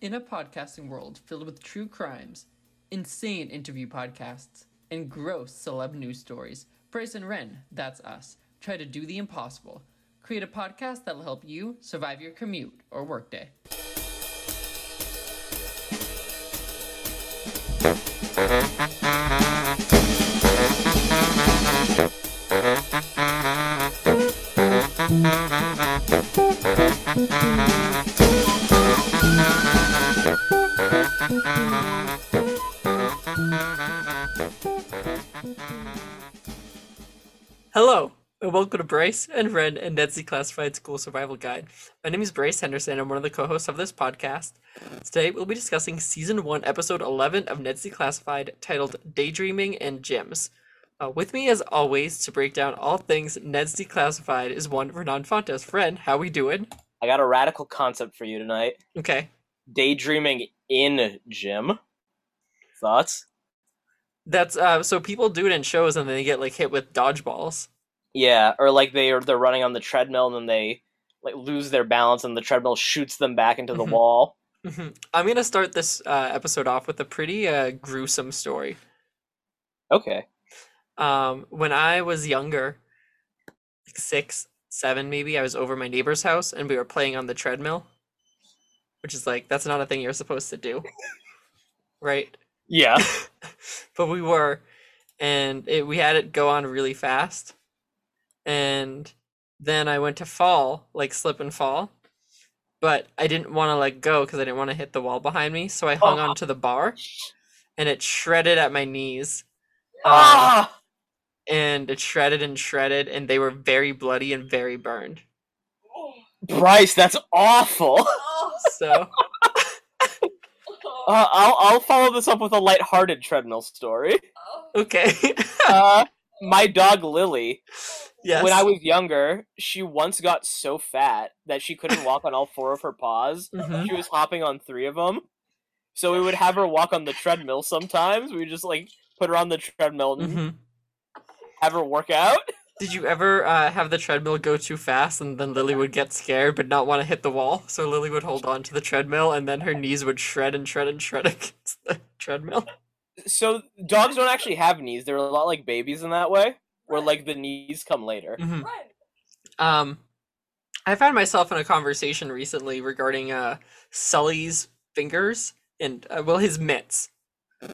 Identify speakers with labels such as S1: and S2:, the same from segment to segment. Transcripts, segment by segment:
S1: In a podcasting world filled with true crimes, insane interview podcasts, and gross celeb news stories, Bryson Wren, that's us, try to do the impossible. Create a podcast that'll help you survive your commute or workday. Hello, and welcome to Bryce and Ren and Ned's Classified School Survival Guide. My name is Bryce Henderson. I'm one of the co hosts of this podcast. Today, we'll be discussing Season 1, Episode 11 of Ned's Classified, titled Daydreaming and Gems. Uh, with me, as always, to break down all things Ned's Declassified is one Renan Fontes. Ren, how we doing?
S2: I got a radical concept for you tonight.
S1: Okay.
S2: Daydreaming in gym. Thoughts?
S1: That's uh, so people do it in shows and then they get like hit with dodgeballs.
S2: Yeah, or like they are they're running on the treadmill and then they like lose their balance and the treadmill shoots them back into the
S1: Mhm.
S2: wall.
S1: Mhm. I'm gonna start this uh, episode off with a pretty uh, gruesome story.
S2: Okay.
S1: Um, when I was younger, like six, seven maybe, I was over my neighbor's house and we were playing on the treadmill, which is like that's not a thing you're supposed to do, right?
S2: Yeah.
S1: but we were, and it, we had it go on really fast, and then I went to fall, like slip and fall, but I didn't want to let go because I didn't want to hit the wall behind me, so I hung
S2: Oh.
S1: on to the bar, and it shredded at my knees. Um,
S2: ah!
S1: and it shredded and shredded, and they were very bloody and very burned.
S2: Bryce, that's awful.
S1: So
S2: Uh, I'll I'll follow this up with a lighthearted treadmill story.
S1: okay,
S2: Uh, my dog Lily,
S1: yes,
S2: when I was younger, she once got so fat that she couldn't walk on all four of her paws.
S1: Mhm.
S2: she was hopping on three of them. So we would have her walk on the treadmill sometimes. We would just like put her on the treadmill and
S1: Mhm.
S2: have her work out.
S1: Did you ever uh, have the treadmill go too fast, and then Lily would get scared but not want to hit the wall? So Lily would hold on to the treadmill, and then her knees would shred and shred and shred against the treadmill.
S2: So dogs don't actually have knees. They're a lot like babies in that way, where like the knees come later.
S1: Mhm. Um, I found myself in a conversation recently regarding uh Sully's fingers and uh, well his mitts.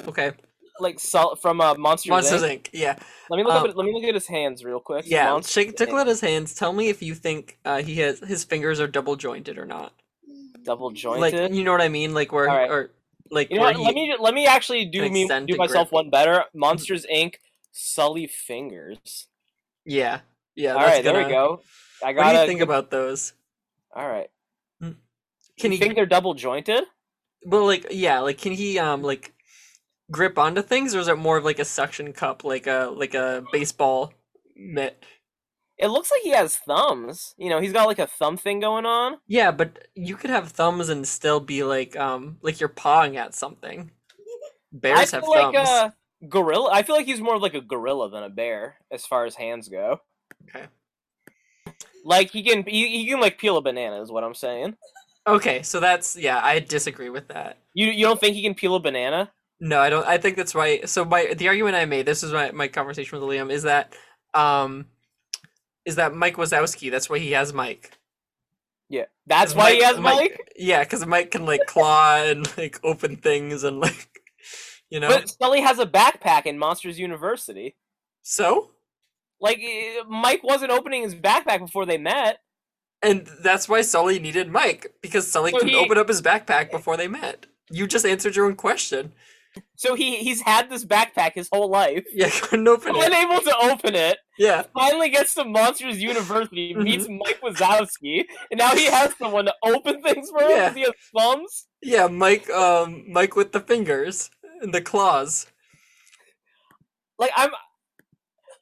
S1: Okay,
S2: Like sol- from uh, Monsters,
S1: Monsters
S2: Inc.
S1: Inc. Yeah,
S2: Let me look
S1: Um,
S2: up. At, let me look at his hands real quick.
S1: Yeah,
S2: Monsters
S1: check, take a
S2: Inc.
S1: look at his hands. Tell me if you think uh, he has his fingers are double jointed or not.
S2: double jointed.
S1: Like you know what I mean? Like where
S2: Alright.
S1: or like
S2: you know
S1: where
S2: what?
S1: he,
S2: Let me let me actually do
S1: An
S2: me
S1: extent
S2: do
S1: and grip.
S2: myself one better. Monsters Inc. Sully fingers.
S1: Yeah, yeah.
S2: All
S1: that's
S2: right, there we
S1: gonna-
S2: go. I
S1: What
S2: got
S1: do you
S2: it.
S1: think about those?
S2: All right.
S1: Can he?
S2: you think they're double jointed?
S1: well, like yeah, like can he um like grip onto things, or is it more of like a suction cup, like a like a baseball mitt?
S2: It looks like he has thumbs. You know, he's got like a thumb thing going on.
S1: Yeah, but you could have thumbs and still be like um like you're pawing at something. Bears
S2: I
S1: have
S2: feel like uh
S1: thumbs.
S2: a gorilla. I feel like he's more of like a gorilla than a bear as far as hands go.
S1: Okay.
S2: Like he can he, he can like peel a banana is what I'm saying.
S1: Okay, so that's yeah, I disagree with that.
S2: You you don't think he can peel a banana?
S1: No, I don't. I think that's why. So my the argument I made, this is my my conversation with Liam, is that um, is that Mike Wazowski. That's why he has Mike.
S2: Yeah. That's
S1: 'Cause
S2: why he has Mike.
S1: Yeah, because Mike can like claw and like open things and like, you know.
S2: But Sully has a backpack in Monsters University.
S1: so
S2: Like eh, Mike wasn't opening his backpack before they met.
S1: and that's why Sully needed Mike because Sully
S2: So
S1: could
S2: he-
S1: open up his backpack before they met. You just answered your own question.
S2: So he he's had this backpack his whole life.
S1: Yeah, couldn't open it.
S2: Unable to open it.
S1: Yeah,
S2: finally gets to Monsters University,
S1: Mm-hmm.
S2: meets Mike Wazowski, and now he has someone to open things for him
S1: Yeah.
S2: 'cause he has thumbs.
S1: yeah. Mike, um, Mike with the fingers and the claws.
S2: Like I'm,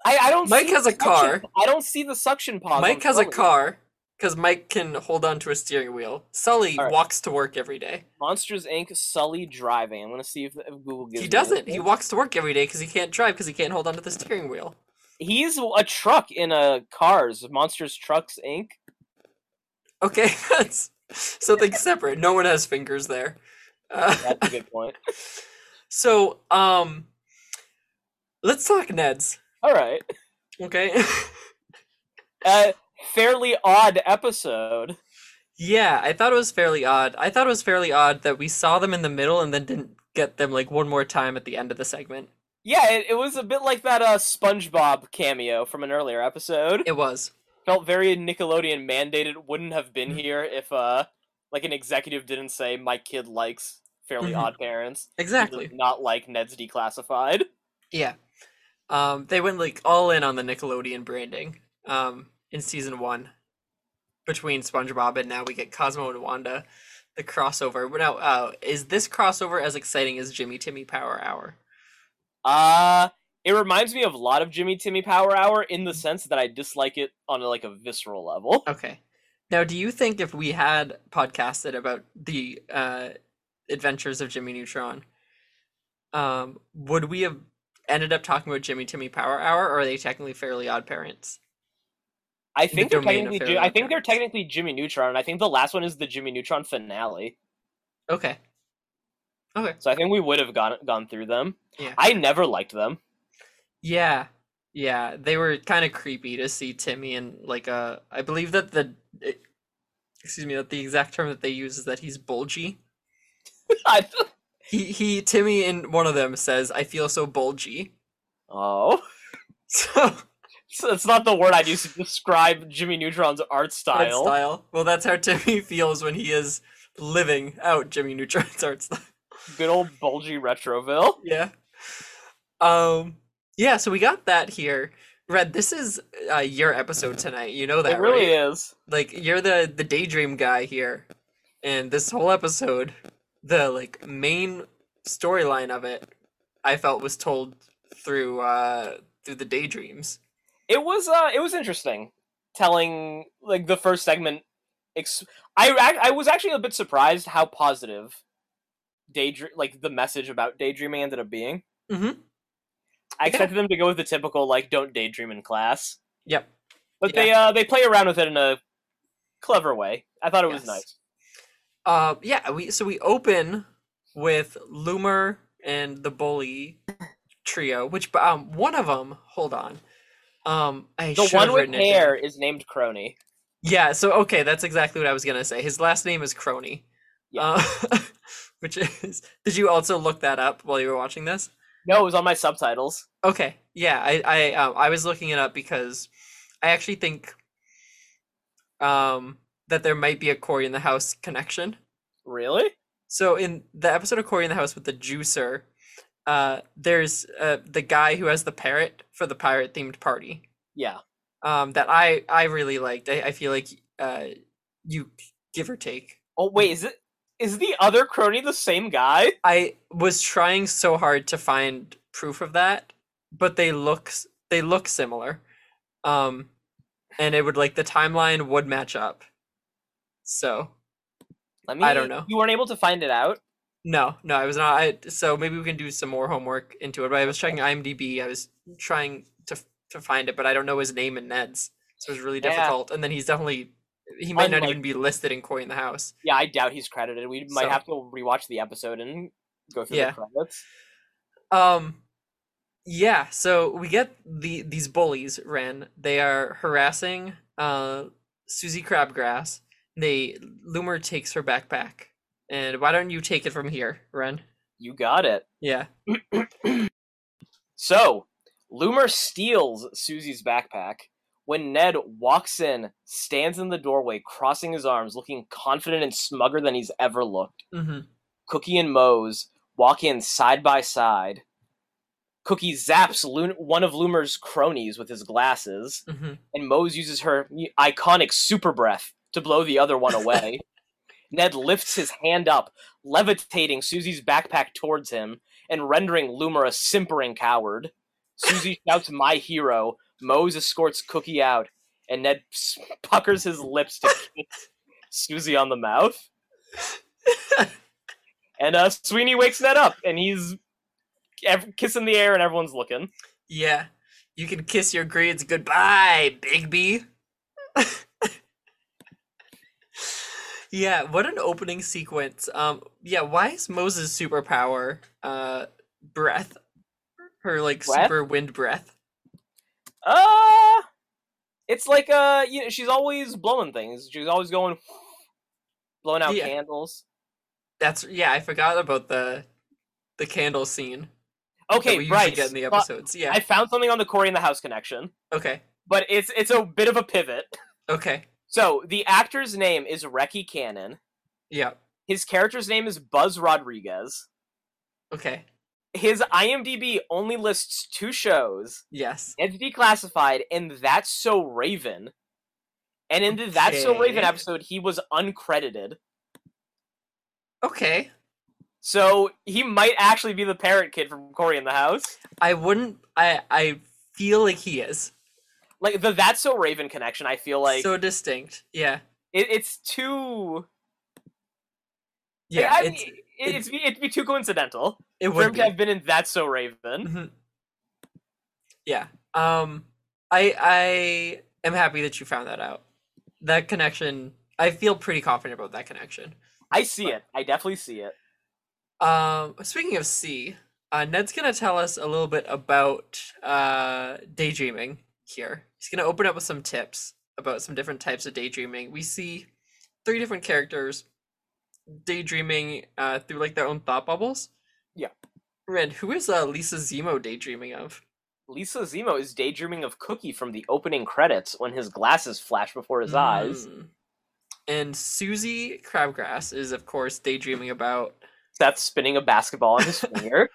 S2: I, I don't.
S1: Mike
S2: see
S1: has
S2: the
S1: a car.
S2: suction- I don't see the suction pod.
S1: Mike has a car because Mike can hold on to a steering wheel. Sully
S2: Alright.
S1: walks to work every day.
S2: Monsters Inc. Sully driving. I'm gonna see if, if Google gives.
S1: He
S2: me
S1: doesn't.
S2: this.
S1: He walks to work every day because he can't drive because he can't hold on to the steering wheel.
S2: He's a truck in a Cars Monsters Trucks Inc.
S1: Okay, that's Something separate. No one has fingers there. Uh,
S2: That's a good point.
S1: so, um, let's talk Neds.
S2: All right.
S1: Okay.
S2: Uh, fairly odd episode.
S1: yeah, I thought it was fairly odd. I thought it was fairly odd that we saw them in the middle and then didn't get them like one more time at the end of the segment.
S2: Yeah, it, it was a bit like that uh, SpongeBob cameo from an earlier episode.
S1: It was.
S2: felt very Nickelodeon mandated. Wouldn't have been
S1: Mm.
S2: here if uh like an executive didn't say my kid likes Fairly
S1: Mhm.
S2: Odd Parents. He does
S1: Exactly.
S2: Not like Ned's Declassified.
S1: Yeah. Um, they went like all in on the Nickelodeon branding um, in season one between SpongeBob and now we get Cosmo and Wanda, the crossover. But Now, uh, is this crossover as exciting as Jimmy Timmy Power Hour?
S2: Uh it reminds me of a lot of Jimmy Timmy Power Hour in
S1: Mm.
S2: the sense that I dislike it on like a visceral level.
S1: Okay. Now, do you think if we had podcasted about the uh, adventures of Jimmy Neutron, um, would we have ended up talking about Jimmy Timmy Power Hour, or are they technically Fairly Odd Parents?
S2: I
S1: the
S2: think they're
S1: domain of
S2: technically
S1: Fairly
S2: Ju- I
S1: Odd
S2: think they're
S1: Parents.
S2: technically Jimmy Neutron. and I think the last one is the Jimmy Neutron finale.
S1: Okay. Okay.
S2: So I think we would have gone gone through them.
S1: Yeah.
S2: I never liked them.
S1: Yeah. Yeah, they were kind of creepy to see Timmy and like uh I believe that the it- excuse me, that the exact term that they use is that he's bulgy.
S2: I-
S1: He he Timmy in one of them says, "I feel so bulgy."
S2: oh.
S1: So
S2: So it's not the word I'd use to describe Jimmy Neutron's art
S1: art
S2: style.
S1: style. Well, that's how Timmy feels when he is living out Jimmy Neutron's art style.
S2: Good old bulgy Retroville.
S1: Yeah. Um yeah, so we got that here. Red, this is uh, your episode tonight. You know that,
S2: it really
S1: right?
S2: is.
S1: like you're the the daydream guy here and this whole episode the like main storyline of it i felt was told through uh through the daydreams
S2: It was uh it was interesting telling like the first segment ex- I ac- I was actually a bit surprised how positive daydream like the message about daydreaming ended up being.
S1: Mhm.
S2: I
S1: Yeah.
S2: expected them to go with the typical like don't daydream in class.
S1: yep
S2: But they uh they play around with it in a clever way. I thought it was
S1: Yes.
S2: nice.
S1: uh yeah we so we open with loomer and the bully trio which um one of them hold on um i
S2: The
S1: should
S2: one
S1: have
S2: with
S1: written it down.
S2: hair is named Crony.
S1: Yeah, so okay, that's exactly what I was gonna say. His last name is Crony.
S2: Yeah.
S1: Uh, which is did you also look that up while you were watching this?
S2: No, it was on my subtitles.
S1: Okay. Yeah, I I um, I was looking it up because I actually think um that there might be a Cory in the House connection.
S2: Really?
S1: So in the episode of Cory in the House with the juicer, uh there's uh the guy who has the parrot for the pirate themed party.
S2: Yeah.
S1: Um that I I really liked. I, I feel like uh you give or take
S2: Oh wait, is it is the other crony the same guy?
S1: I was trying so hard to find proof of that, but they look s- they look similar, um, and it would like the timeline would match up. So
S2: Let
S1: I don't know.
S2: You weren't able to find it out.
S1: no, no, I was not. I so maybe we can do some more homework into it. But I was checking IMDb. I was trying to f- to find it, but I don't know his name and Ned's, so it was really
S2: Yeah.
S1: difficult. And then he's definitely he might not
S2: Unlike-
S1: even be listed in Coin the House.
S2: Yeah, I doubt he's credited. We might
S1: So-
S2: have to rewatch the episode and go through
S1: Yeah.
S2: the credits.
S1: Um, yeah. So we get the these bullies. Ren. They are harassing uh Susie Crabgrass. They Loomer takes her backpack, and why don't you take it from here, Ren?
S2: You got it.
S1: Yeah.
S2: So, Loomer steals Susie's backpack. When Ned walks in, stands in the doorway, crossing his arms, looking confident and smugger than he's ever looked.
S1: Mm-hmm.
S2: Cookie and Mose walk in side by side. Cookie zaps Loon- one of Loomer's cronies with his glasses,
S1: Mm-hmm.
S2: and Mose uses her y- iconic super breath to blow the other one away. Ned lifts his hand up, levitating Susie's backpack towards him and rendering Loomer a simpering coward. Susie shouts, My hero. Mose escorts Cookie out, and Ned s- puckers his lips to kiss Susie on the mouth. And uh, Sweeney wakes Ned up, and he's ev- kissing the air, and everyone's looking.
S1: Yeah. You can kiss your grades goodbye, Bigby. Yeah, what an opening sequence. Um, yeah, why is Moses' superpower uh breath? Her like
S2: Breath?
S1: super wind breath.
S2: Uh it's like uh you know, she's always blowing things. She's always going blowing out
S1: Yeah.
S2: candles.
S1: That's yeah, I forgot about the the candle scene. that we
S2: Okay,
S1: usually
S2: right.
S1: get in the
S2: but
S1: episodes. yeah.
S2: I found something on the Corey in the House connection,
S1: Okay.
S2: but it's it's a bit of a pivot.
S1: Okay.
S2: So the actor's name is Reki Cannon.
S1: Yeah.
S2: His character's name is Buzz Rodriguez.
S1: Okay.
S2: His IMDb only lists two shows,
S1: Yes.
S2: It's Declassified and That's So Raven. And in the That's So Raven
S1: Okay.
S2: episode, he was uncredited.
S1: Okay.
S2: So he might actually be the parrot kid from Cory in the House.
S1: I wouldn't I I feel like he is.
S2: Like the That's So Raven connection, I feel like
S1: so distinct. Yeah.
S2: it, it's too. like,
S1: Yeah.
S2: I
S1: it's,
S2: mean, it, it's be it'd be too coincidental
S1: it
S2: for
S1: would
S2: him
S1: be.
S2: to have been in That's So Raven.
S1: Mhm. Yeah. Um I I am happy that you found that out. That connection I feel pretty confident about that connection.
S2: I see it. I definitely see it.
S1: Um speaking of C, uh Ned's gonna tell us a little bit about uh daydreaming here. He's gonna open up with some tips about some different types of daydreaming. We see three different characters daydreaming uh through like their own thought bubbles.
S2: Yeah.
S1: Red, who is uh Lisa Zemo daydreaming of?
S2: Lisa Zemo is daydreaming of Cookie from the opening credits when his glasses flash before his eyes.
S1: Mm. And Susie Crabgrass is, of course, daydreaming about.
S2: Seth spinning a basketball on his finger.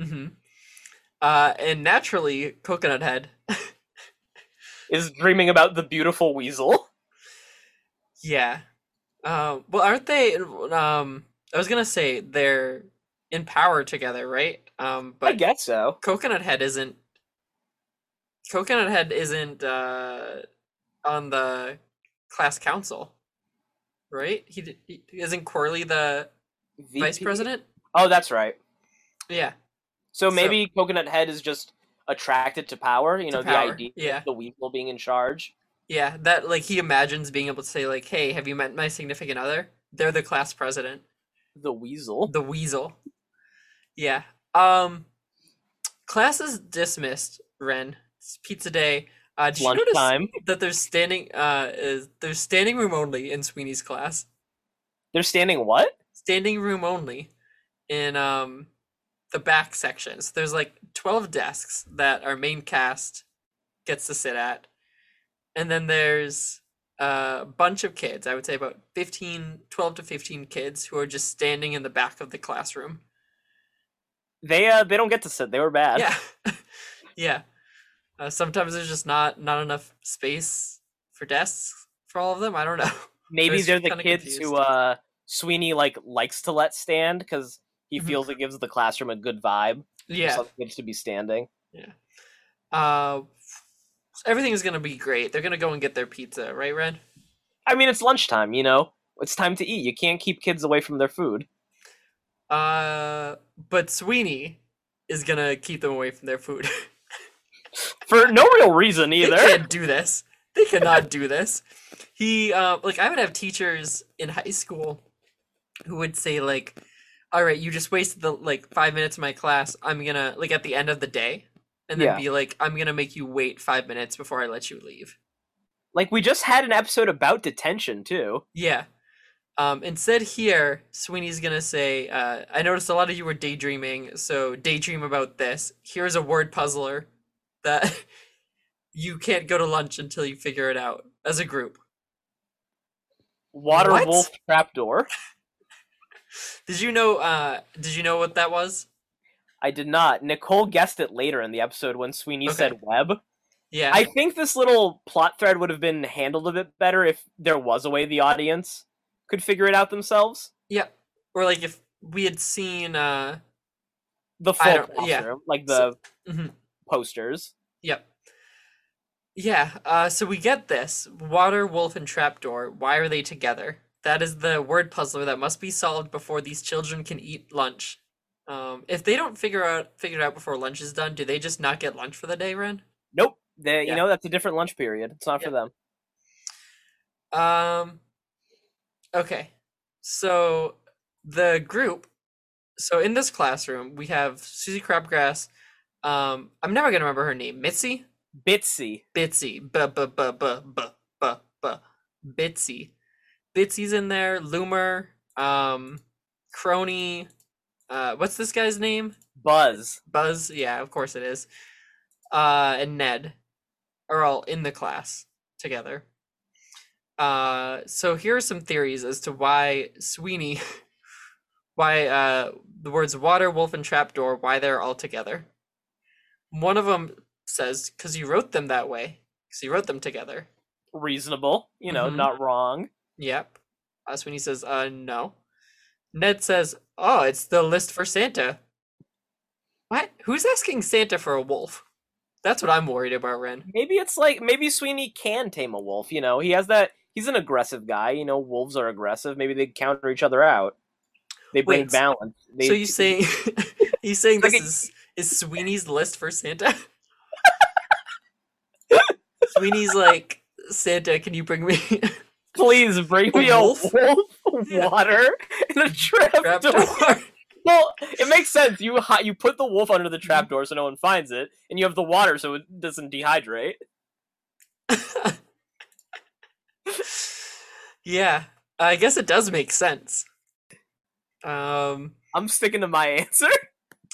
S1: Mhm. Uh, and naturally, Coconut Head.
S2: is dreaming about the beautiful weasel.
S1: Yeah. Um, well, aren't they? Um, I was gonna say they're in power together, right? Um,
S2: I
S1: but
S2: guess so.
S1: Coconut Head isn't. Coconut Head isn't uh, on the class council, right? He, d- he isn't Corley the vice
S2: VP?
S1: president.
S2: Oh, that's right.
S1: Yeah,
S2: So
S1: So-
S2: maybe Coconut Head is just attracted to power. You
S1: to
S2: know,
S1: power.
S2: the idea
S1: Yeah.
S2: of the weasel being in charge.
S1: Yeah, that like he imagines being able to say like, "Hey, have you met my significant other? They're the class president,
S2: The weasel.
S1: the weasel." Yeah. Um class is dismissed, Ren. It's pizza day. Uh did you notice
S2: Lunchtime.
S1: that there's standing uh is there's standing room only in Sweeney's class?
S2: They're standing what?
S1: Standing room only in um the back section. So there's like 12 desks that our main cast gets to sit at. And then there's a bunch of kids, I would say about 15, 12 to 15 kids who are just standing in the back of the classroom.
S2: They uh, they don't get to sit. They were bad.
S1: Yeah. yeah. Uh, sometimes there's just not not enough space for desks for all of them. I don't know.
S2: Maybe
S1: was
S2: they're the
S1: kinda
S2: kids who
S1: confused.
S2: uh Sweeney like likes to let stand because he
S1: Mhm.
S2: feels it gives the classroom a good vibe. for
S1: Yeah.
S2: some kids to be standing.
S1: Uh everything is going to be great. They're going to go and get their pizza, right, Ren?
S2: I mean, it's lunchtime. You know, it's time to eat. You can't keep kids away from their food.
S1: Uh, but Sweeney is gonna keep them away from their food.
S2: For no real reason
S1: they
S2: either.
S1: can't do this. They cannot do this. He, uh, like, I would have teachers in high school who would say like, "All right, you just wasted the like five minutes of my class. I'm gonna like at the end of the day." And then
S2: Yeah.
S1: be like, I'm gonna make you wait five minutes before I let you leave.
S2: Like we just had an episode about detention too.
S1: Yeah. Um, instead, here, Sweeney's going to say, uh, I noticed a lot of you were daydreaming, so daydream about this. Here's a word puzzler that you can't go to lunch until you figure it out as a group.
S2: Water
S1: What?
S2: wolf trapdoor.
S1: Did you know, uh, did you know what that was?
S2: I did not. Nicole guessed it later in the episode when Sweeney
S1: Okay.
S2: said web.
S1: Yeah.
S2: I think this little plot thread would have been handled a bit better if there was a way the audience could figure it out themselves.
S1: yeah. Or like if we had seen, uh,
S2: The
S1: I
S2: full
S1: don't- yeah.
S2: classroom, like the
S1: So- mhm.
S2: posters.
S1: Yep. Yeah, uh, so we get this. Water, wolf, and trapdoor. Why are they together? That is the word puzzler that must be solved before these children can eat lunch. Um, if they don't figure out figure it out before lunch is done, do they just not get lunch for the day, Ren?
S2: Nope. They,
S1: Yeah.
S2: You know, that's a different lunch period. It's not for them.
S1: Um, Okay. So the group. So in this classroom, we have Susie Crabgrass. Um, I'm never gonna remember her name. Mitzi,
S2: Bitsy.
S1: Bitsy, b b b b b b b, Bitsy. Bitsy's in there. Loomer, um, Crony. Uh, what's this guy's name?
S2: Buzz.
S1: Buzz. Yeah, of course it is. Uh, and Ned are all in the class together. Uh, so here are some theories as to why Sweeney, why uh, the words water, wolf, and trapdoor, why they're all together. One of them says because he wrote them that way, because he wrote them together.
S2: Reasonable. You know,
S1: Mhm.
S2: not wrong.
S1: Yep. Uh, Sweeney says, uh, no. Ned says, oh, it's the list for Santa. What? Who's asking Santa for a wolf? That's what I'm worried about, Ren.
S2: Maybe it's like maybe Sweeney can tame a wolf. You know, he has that. He's an aggressive guy. You know, wolves are aggressive. Maybe they counter each other out. They bring
S1: Wait, so-
S2: balance. They,
S1: so you saying you saying
S2: Like
S1: this
S2: a-
S1: is is Sweeney's list for Santa? Sweeney's like Santa, can you bring me
S2: please bring
S1: A
S2: me a
S1: wolf?
S2: wolf,
S1: Yeah.
S2: water, and a trap
S1: trapdoor?
S2: door. Well, it makes sense. You hi- you put the wolf under the
S1: Mm-hmm.
S2: trapdoor so no one finds it, and you have the water so it doesn't dehydrate.
S1: yeah, I guess it does make sense. Um,
S2: I'm sticking to my answer.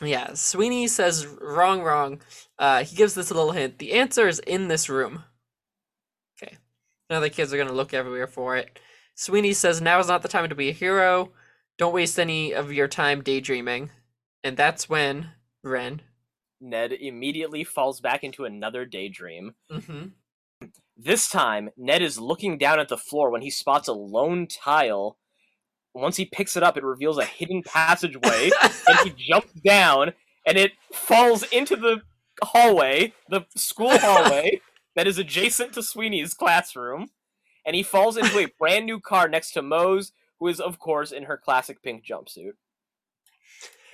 S1: yeah, Sweeney says wrong, wrong. Uh, he gives this little hint. The answer is in this room. Okay. Now the kids are gonna look everywhere for it. Sweeney says now is not the time to be a hero. Don't waste any of your time daydreaming. And that's when Ren.
S2: Ned immediately falls back into another daydream.
S1: Mm-hmm.
S2: This time, Ned is looking down at the floor when he spots a lone tile. Once he picks it up, it reveals a hidden passageway, and he jumps down, and it falls into the hallway, the school hallway that is adjacent to Sweeney's classroom, and he falls into a brand new car next to Mose, who is, of course, in her classic pink jumpsuit.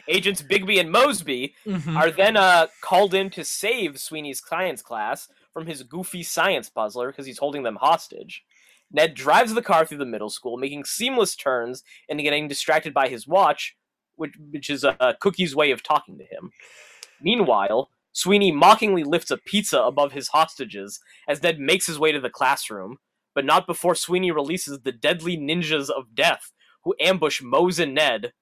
S2: Agents Bigby and Mosby
S1: Mm-hmm.
S2: are then uh, called in to save Sweeney's science class from his goofy science puzzler because he's holding them hostage. Ned drives the car through the middle school, making seamless turns and getting distracted by his watch, which, which is uh, Cookie's way of talking to him. Meanwhile, Sweeney mockingly lifts a pizza above his hostages as Ned makes his way to the classroom, but not before Sweeney releases the deadly ninjas of death who ambush Mose and Ned,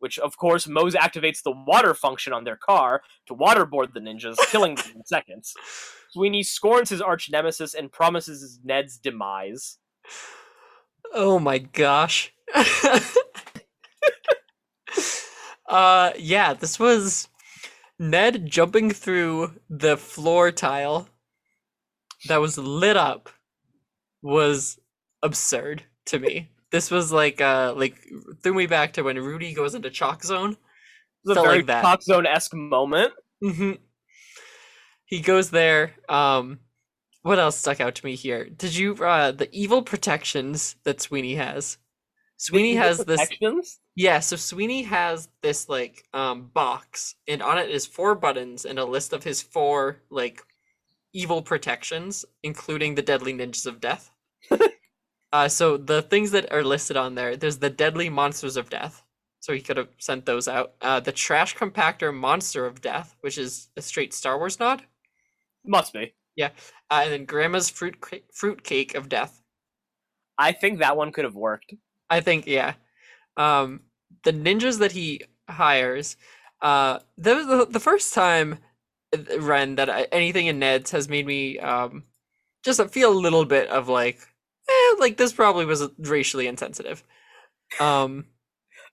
S2: which, of course, Mose activates the water function on their car to waterboard the ninjas, killing them in seconds. Sweeney scorns his arch nemesis and promises Ned's demise.
S1: Oh my gosh. uh yeah, this was Ned jumping through the floor tile that was lit up was absurd to me. This was like uh like threw me back to when Rudy goes into chalk zone.
S2: It's a
S1: Felt
S2: very
S1: like that.
S2: Top Zone esque moment. Mm-hmm.
S1: hmm He goes there. Um what else stuck out to me here? Did you uh the evil protections that Sweeney has? Sweeney
S2: Evil
S1: has this
S2: protections?
S1: Yeah, so Sweeney has this like um box and on it is four buttons and a list of his four like evil protections, including the deadly ninjas of death. uh so the things that are listed on there, there's the deadly monsters of death. So he could have sent those out. Uh the trash compactor monster of death, which is a straight Star Wars nod.
S2: Must be.
S1: Uh, and then grandma's fruit ca- fruit cake of death.
S2: I think that one could have worked.
S1: I think yeah. Um the ninjas that he hires uh that was the, the first time uh, Ren that I, anything in Ned's has made me um just a- feel a little bit of like eh, like this probably was racially insensitive. Um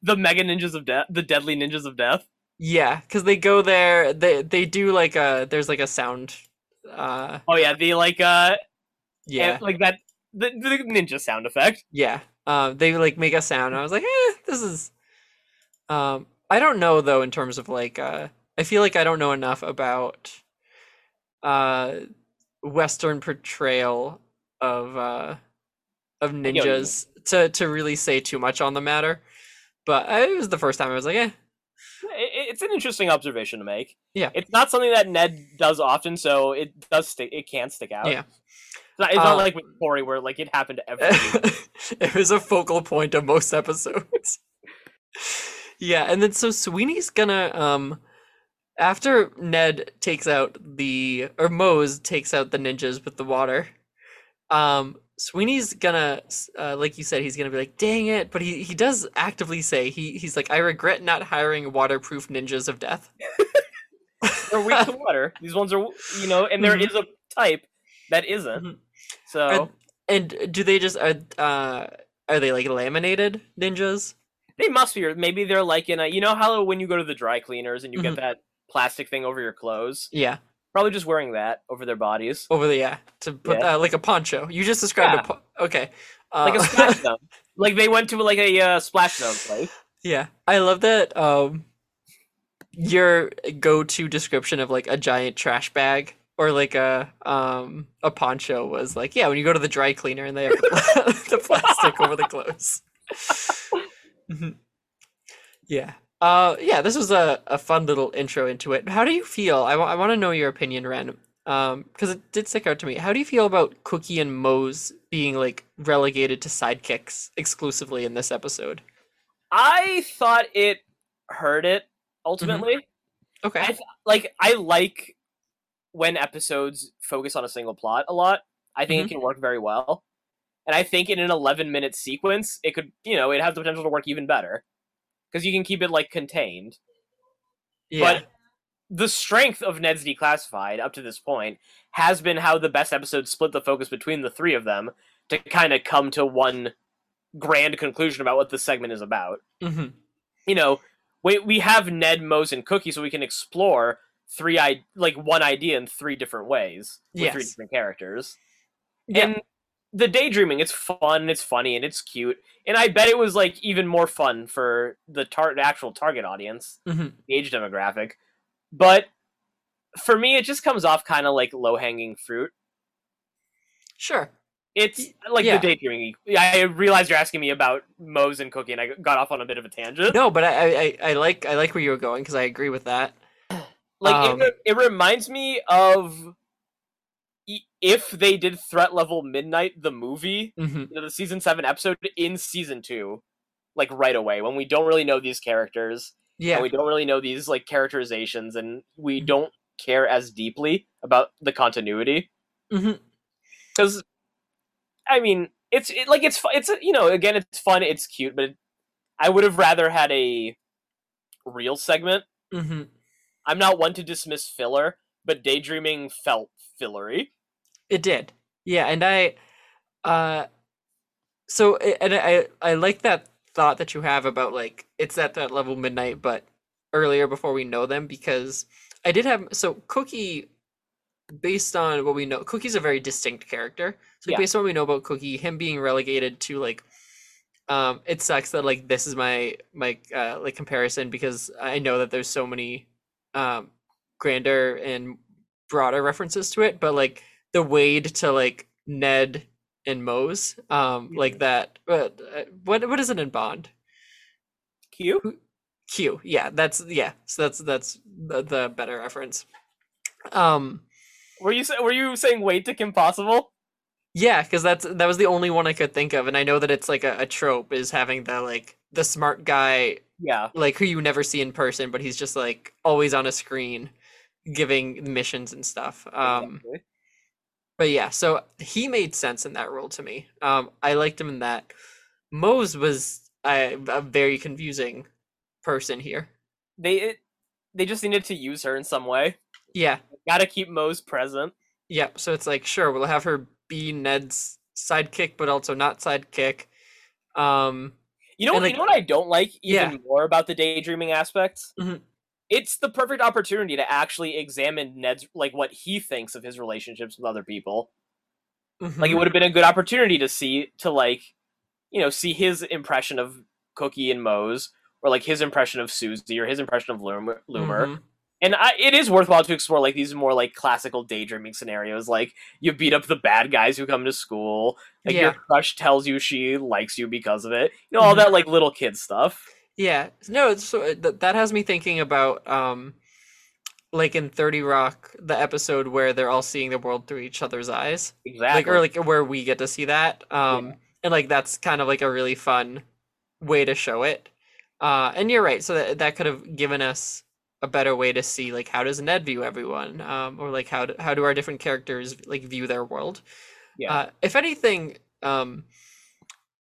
S2: The Mega Ninjas of Death, the Deadly Ninjas of Death.
S1: yeah, cuz they go there they they do like a there's like a sound uh
S2: Oh yeah, the like uh,
S1: yeah.
S2: like that the, the ninja sound effect.
S1: Yeah. Uh, they like make a sound. and I was like, eh, this is. Um, I don't know though in terms of like. Uh, I feel like I don't know enough about. Uh, Western portrayal of uh, of
S2: what you mean.
S1: ninjas uh, to to really say too much on the matter, but I, it was the first time I was like, eh,
S2: I- I- it's an interesting observation to make.
S1: Yeah.
S2: it's not something that Ned does often, so it does stick. It can stick out.
S1: Yeah.
S2: it's not, it's not
S1: Uh,
S2: like with Corey where like it happened to everybody.
S1: it was a focal point of most episodes. yeah, and then so Sweeney's gonna um after Ned takes out the or Mose takes out the ninjas with the water. Um Sweeney's gonna s- uh, like you said he's gonna be like dang it, but he he does actively say he he's like I regret not hiring waterproof ninjas of death.
S2: they're weak to water. These ones are w- you know, and there
S1: Mhm.
S2: is a type that isn't.
S1: Mhm.
S2: So
S1: Are- And do they just are uh are they like laminated ninjas?
S2: They must be, or maybe they're like in a. You know how when you go to the dry cleaners and you
S1: Mhm.
S2: get that plastic thing over your clothes?
S1: Yeah.
S2: Probably just wearing that over their bodies,
S1: over the yeah to put
S2: Yeah.
S1: Uh, like a poncho. You just described
S2: Yeah.
S1: a po- okay. Uh,
S2: like a splash zone. Like they went to like a uh, splash zone place.
S1: yeah, I love that. Um, your go-to description of like a giant trash bag or like a um a poncho was like yeah when you go to the dry cleaner and they have the, the plastic over the clothes. Mhm. yeah. Uh, yeah, this was a, a fun little intro into it. How do you feel? I want to know your opinion, Ren. Um, because it did stick out to me. How do you feel about Cookie and Mose being like relegated to sidekicks exclusively in this episode?
S2: I thought it hurt it ultimately.
S1: Okay.
S2: I- Like I like when episodes focus on a single plot a lot. I think
S1: Mhm.
S2: it can work very well, and I think in an eleven-minute sequence, it could you know it has the potential to work even better because you can keep it like contained.
S1: yeah.
S2: But the strength of Ned's Declassified up to this point has been how the best episodes split the focus between the three of them to kind of come to one grand conclusion about what this segment is about.
S1: hmm
S2: You know, we we have Ned, Mose, and Cookie, so we can explore three i like one idea in three different ways with three
S1: Yes.
S2: different characters.
S1: Yeah.
S2: And the daydreaming, it's fun, it's funny, and it's cute. And I bet it was like even more fun for the tar- actual target audience
S1: hmm
S2: age demographic. But for me, it just comes off kind of like low hanging fruit.
S1: Sure.
S2: It's like
S1: yeah.
S2: the daydreaming. e- I realize you're asking me about Moe's and Cookie, and I got off on a bit of a tangent.
S1: No, but I, I- I, I like I like where you were going because I agree with that.
S2: like
S1: um,
S2: it, re- it reminds me of e- if they did Threat Level Midnight, the movie,
S1: hmm
S2: you know, the season seven episode in season two, like right away when we don't really know these characters.
S1: Yeah. Mm-hmm.
S2: and we don't really know these like characterizations and we don't care as deeply about the continuity
S1: Mhm.
S2: because i mean it's it, like it's fu- it's uh, you know again it's fun it's cute but it, i would have rather had a real segment
S1: hmm
S2: i'm not one to dismiss filler but daydreaming felt fillery
S1: It did. Yeah, and I, uh, so I- and I I like that thought that you have about like it's at that level midnight, but earlier before we know them because I did have so Cookie, based on what we know, Cookie's a very distinct character. So
S2: Yeah.
S1: based on what we know about Cookie, him being relegated to like, um, it sucks that like this is my my uh like comparison because I know that there's so many, um, grander and broader references to it, but like the Wade to like Ned and Mose, um, like that. But uh, what what is it in Bond?
S2: cute
S1: Q. Yeah, that's yeah. So that's that's the, the better reference. Um,
S2: were you sa- were you saying wait to kim possible
S1: yeah, because that's that was the only one I could think of, and I know that it's like a, a trope is having the like the smart guy
S2: yeah
S1: like who you never see in person, but he's just like always on a screen, giving missions and stuff. Um,
S2: exactly.
S1: But yeah, so he made sense in that role to me. Um, I liked him in that. Mose was a, a very confusing person here.
S2: they it, they just needed to use her in some way
S1: Yeah,
S2: gotta keep moe's present
S1: yeah. So it's like, sure, we'll have her be Ned's sidekick, but also not sidekick. Um,
S2: You know,
S1: And,
S2: what
S1: like-
S2: you know what I don't like even
S1: Yeah.
S2: more about the daydreaming aspect.
S1: Mhm.
S2: It's the perfect opportunity to actually examine Ned's like what he thinks of his relationships with other people. Like it
S1: mhm,
S2: would have been a good opportunity to see to like, you know, see his impression of Cookie and Mose, or like his impression of Susie, or his impression of Loomer. Loomer.
S1: mhm.
S2: And I, it is worthwhile to explore like these more like classical daydreaming scenarios, like you beat up the bad guys who come to school, like
S1: Yeah.
S2: your crush tells you she likes you because of it, you know, all
S1: Mhm.
S2: that like little kid stuff.
S1: Yeah, no, it's so that that has me thinking about um, like in Thirty Rock, the episode where they're all seeing the world through each other's eyes,
S2: Exactly.
S1: like or like where we get to see that. Um, and like that's kind of like a really fun way to show it. Uh, and you're right. So that that could have given us a better way to see like how does Ned view everyone, um, or like how do, how do our different characters like view their world.
S2: Yeah.
S1: Uh, if anything, um,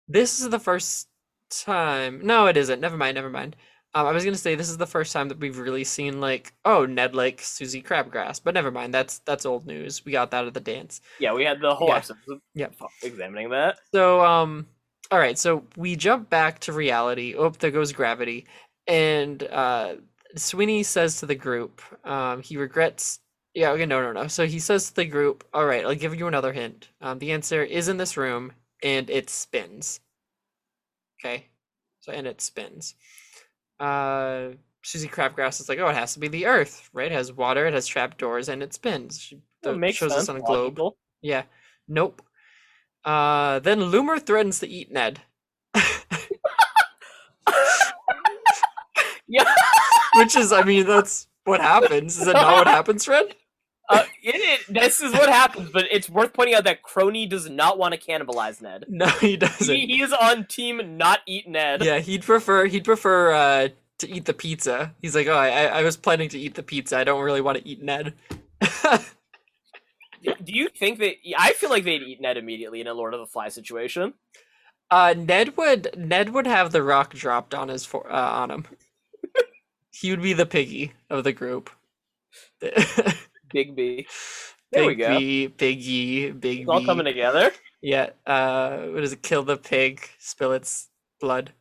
S1: this is the first time. No, it isn't. Never mind. Never mind. Um, I was gonna say this is the first time that we've really seen like oh Ned like Susie Crabgrass, but never mind. That's that's old news. We got that at the dance.
S2: yeah, we had the whole
S1: Yeah.
S2: episode of
S1: Yep.
S2: examining that.
S1: So um, all right. So we jump back to reality. Oh, there goes gravity, and uh, Sweeney says to the group, um, he regrets. Yeah. Okay. No. No. No. So he says to the group, all right, I'll give you another hint. Um, the answer is in this room, and it spins. Okay. So and it spins. Uh. Susie Crabgrass is like, oh, it has to be the Earth, right? It has water, it has trap doors, and it spins. She
S2: That
S1: tho-
S2: makes
S1: shows
S2: sense.
S1: us on a globe.
S2: logical.
S1: Yeah. Nope. Uh, then Loomer threatens to eat Ned,
S2: Yeah.
S1: which is, I mean, that's what happens. Is that not what happens, Fred?
S2: Uh, it, it, this is what happens, but it's worth pointing out that Crony does not want to cannibalize Ned.
S1: No, he
S2: He,
S1: doesn't.
S2: he is on team not eat Ned.
S1: Yeah, he'd prefer he'd prefer uh to eat the pizza. He's like, oh, I I I was planning to eat the pizza. I don't really want to eat Ned.
S2: Do you think that I feel like they'd eat Ned immediately in a Lord of the Fly situation?
S1: Uh, Ned would Ned would have the rock dropped on his for uh, on him. He would be the piggy of the group.
S2: Big B. There we
S1: Big
S2: go.
S1: B, Piggy, Big
S2: It's all
S1: B.
S2: coming together.
S1: Yeah. Uh, what is it? Kill the pig, spill its blood.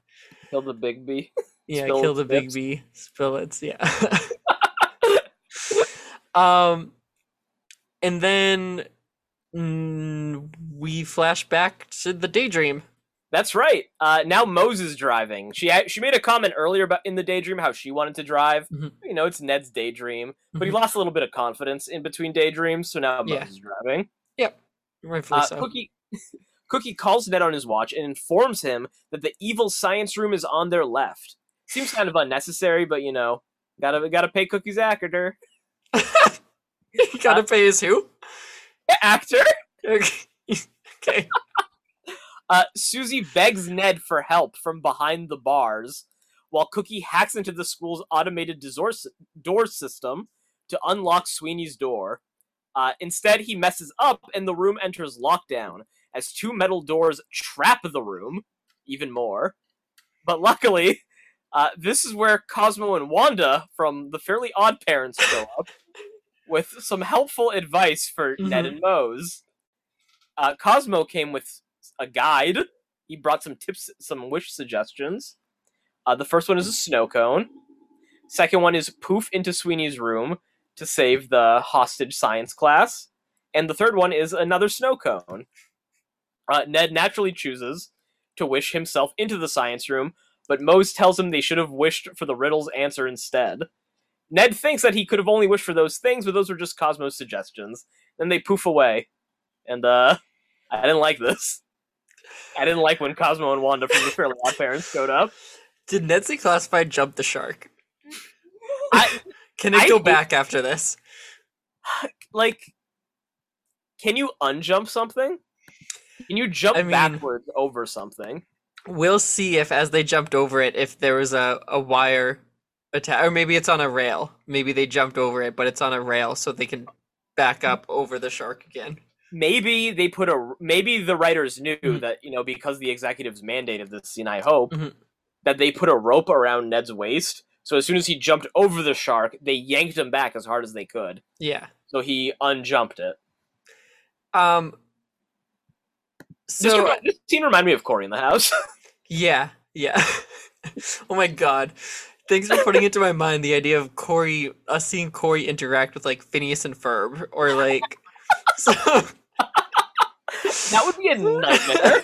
S2: Kill the Big B.
S1: Yeah,
S2: Spill
S1: kill
S2: its
S1: the big
S2: lips.
S1: bee, spill its yeah. um, and then mm, we flash back to the daydream.
S2: That's right. Uh, now Mose is driving. She a- she made a comment earlier about in the daydream how she wanted to drive.
S1: Mhm.
S2: You know, it's Ned's daydream, but he
S1: Mhm.
S2: lost a little bit of confidence in between daydreams, so now Mose
S1: Yeah.
S2: is driving.
S1: Rightfully
S2: Uh,
S1: so.
S2: Cookie Cookie calls Ned on his watch and informs him that the evil science room is on their left. Seems kind of unnecessary, but you know, gotta gotta pay Cookie's actor.
S1: You gotta pay his who?
S2: Actor.
S1: Okay. okay.
S2: Uh, Susie begs Ned for help from behind the bars, while Cookie hacks into the school's automated door, door system to unlock Sweeney's door. Uh, instead, he messes up and the room enters lockdown as two metal doors trap the room even more. But luckily, uh, this is where Cosmo and Wanda from the Fairly Odd Parents show up with some helpful advice for Ned
S1: Mhm.
S2: and Mose. Uh, Cosmo came with a guide. He brought some tips, some wish suggestions. Uh, the first one is a snow cone. Second one is poof into Sweeney's room to save the hostage science class. And the third one is another snow cone. Uh, Ned naturally chooses to wish himself into the science room, but Mose tells him they should have wished for the riddle's answer instead. Ned thinks that he could have only wished for those things, but those were just Cosmo's suggestions. Then they poof away. And, uh, I didn't like this. I didn't like when Cosmo and Wanda from the Fairly Odd Parents showed up.
S1: Did Nancy Classified jump the shark?
S2: I-
S1: Can it
S2: I
S1: go
S2: think-
S1: back after this?
S2: like can you unjump something can you jump
S1: I mean-
S2: backwards over something
S1: We'll see if, as they jumped over it, if there was a, a wire attack, or maybe it's on a rail. Maybe they jumped over it, but it's on a rail, so they can back up over the shark again.
S2: maybe they put a maybe the writers knew
S1: Mhm.
S2: that you know because the executives mandated this scene i hope
S1: Mhm.
S2: that they put a rope around ned's waist so as soon as he jumped over the shark they yanked him back as hard as they could
S1: Yeah.
S2: so he unjumped it
S1: Um.
S2: this,
S1: So
S2: remi- this scene reminded me of corey in the house
S1: yeah, yeah. oh my god, thanks for putting into my mind the idea of Corey, us seeing Corey interact with like Phineas and Ferb, or like. so,
S2: that would be a nightmare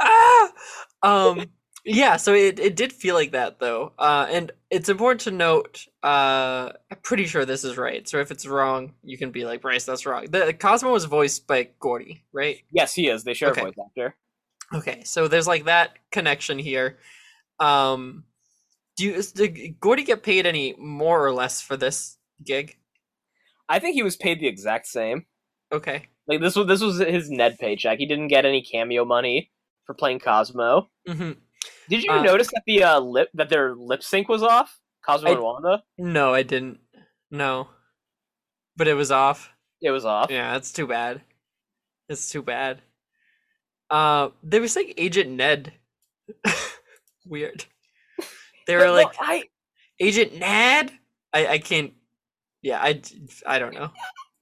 S1: ah! um yeah so it, it did feel like that though uh and it's important to note uh i'm pretty sure this is right so if it's wrong you can be like bryce that's wrong the cosmo was voiced by gordy right
S2: yes he is they share
S1: Okay.
S2: a voice actor
S1: okay so there's like that connection here Um, do you, is- did Gordy get paid any more or less for this gig?
S2: I think he was paid the exact same.
S1: Okay.
S2: Like this was this was his Ned paycheck. He didn't get any cameo money for playing Cosmo.
S1: hmm
S2: Did you
S1: Uh,
S2: notice that the uh, lip that their lip sync was off? Cosmo
S1: I-
S2: and Wanda.
S1: No, I didn't. No, but it was off.
S2: It was off.
S1: Yeah, that's too bad. That's too bad. Uh, they were saying Agent Ned. Weird. They
S2: But
S1: were
S2: no,
S1: like
S2: I
S1: Agent Ned. I I can't. Yeah, I d- I don't know.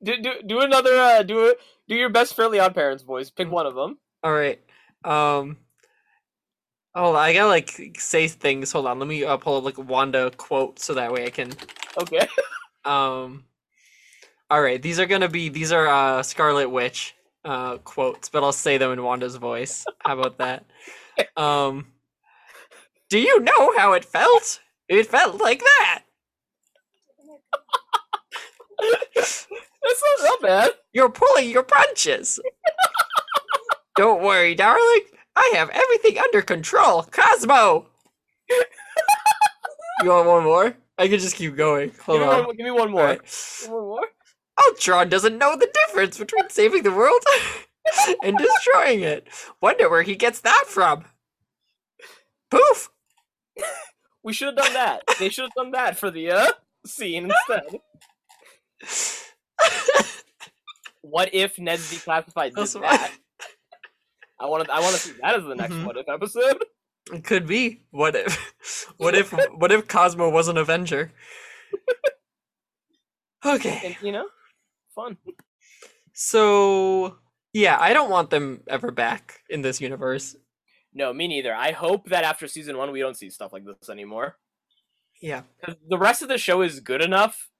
S2: do do, do another uh, do a- do your best Fairly Odd Parents voice. Pick one of them.
S1: All right. Um. Oh, I gotta like say things. Hold on. Let me uh, pull up like Wanda quote so that way I can.
S2: Okay.
S1: Um. All right. These are gonna be these are uh Scarlet Witch uh quotes, but I'll say them in Wanda's voice. How about that? Um. Do you know how it felt? It felt like that.
S2: That's not, not bad.
S1: You're pulling your punches. Don't worry, darling. I have everything under control. Cosmo. you want one more? I could just keep going. Hold
S2: give,
S1: on.
S2: Me one, give me one more.
S1: All right.
S2: Give me One more.
S1: Ultron doesn't know the difference between saving the world and destroying it. Wonder where he gets that from. Poof.
S2: We should have done that. They should have done that for the uh, scene instead. what if Ned Declassified
S1: That's
S2: did
S1: what-
S2: that? I want to. I want to see that as the next
S1: Mhm.
S2: what if episode.
S1: It could be. What if? What if? What if Cosmo was an Avenger? Okay.
S2: And, you know, fun.
S1: So yeah, I don't want them ever back in this universe.
S2: No, me neither. I hope that after season one, we don't see stuff like this anymore.
S1: Yeah.
S2: 'Cause The rest of the show is good enough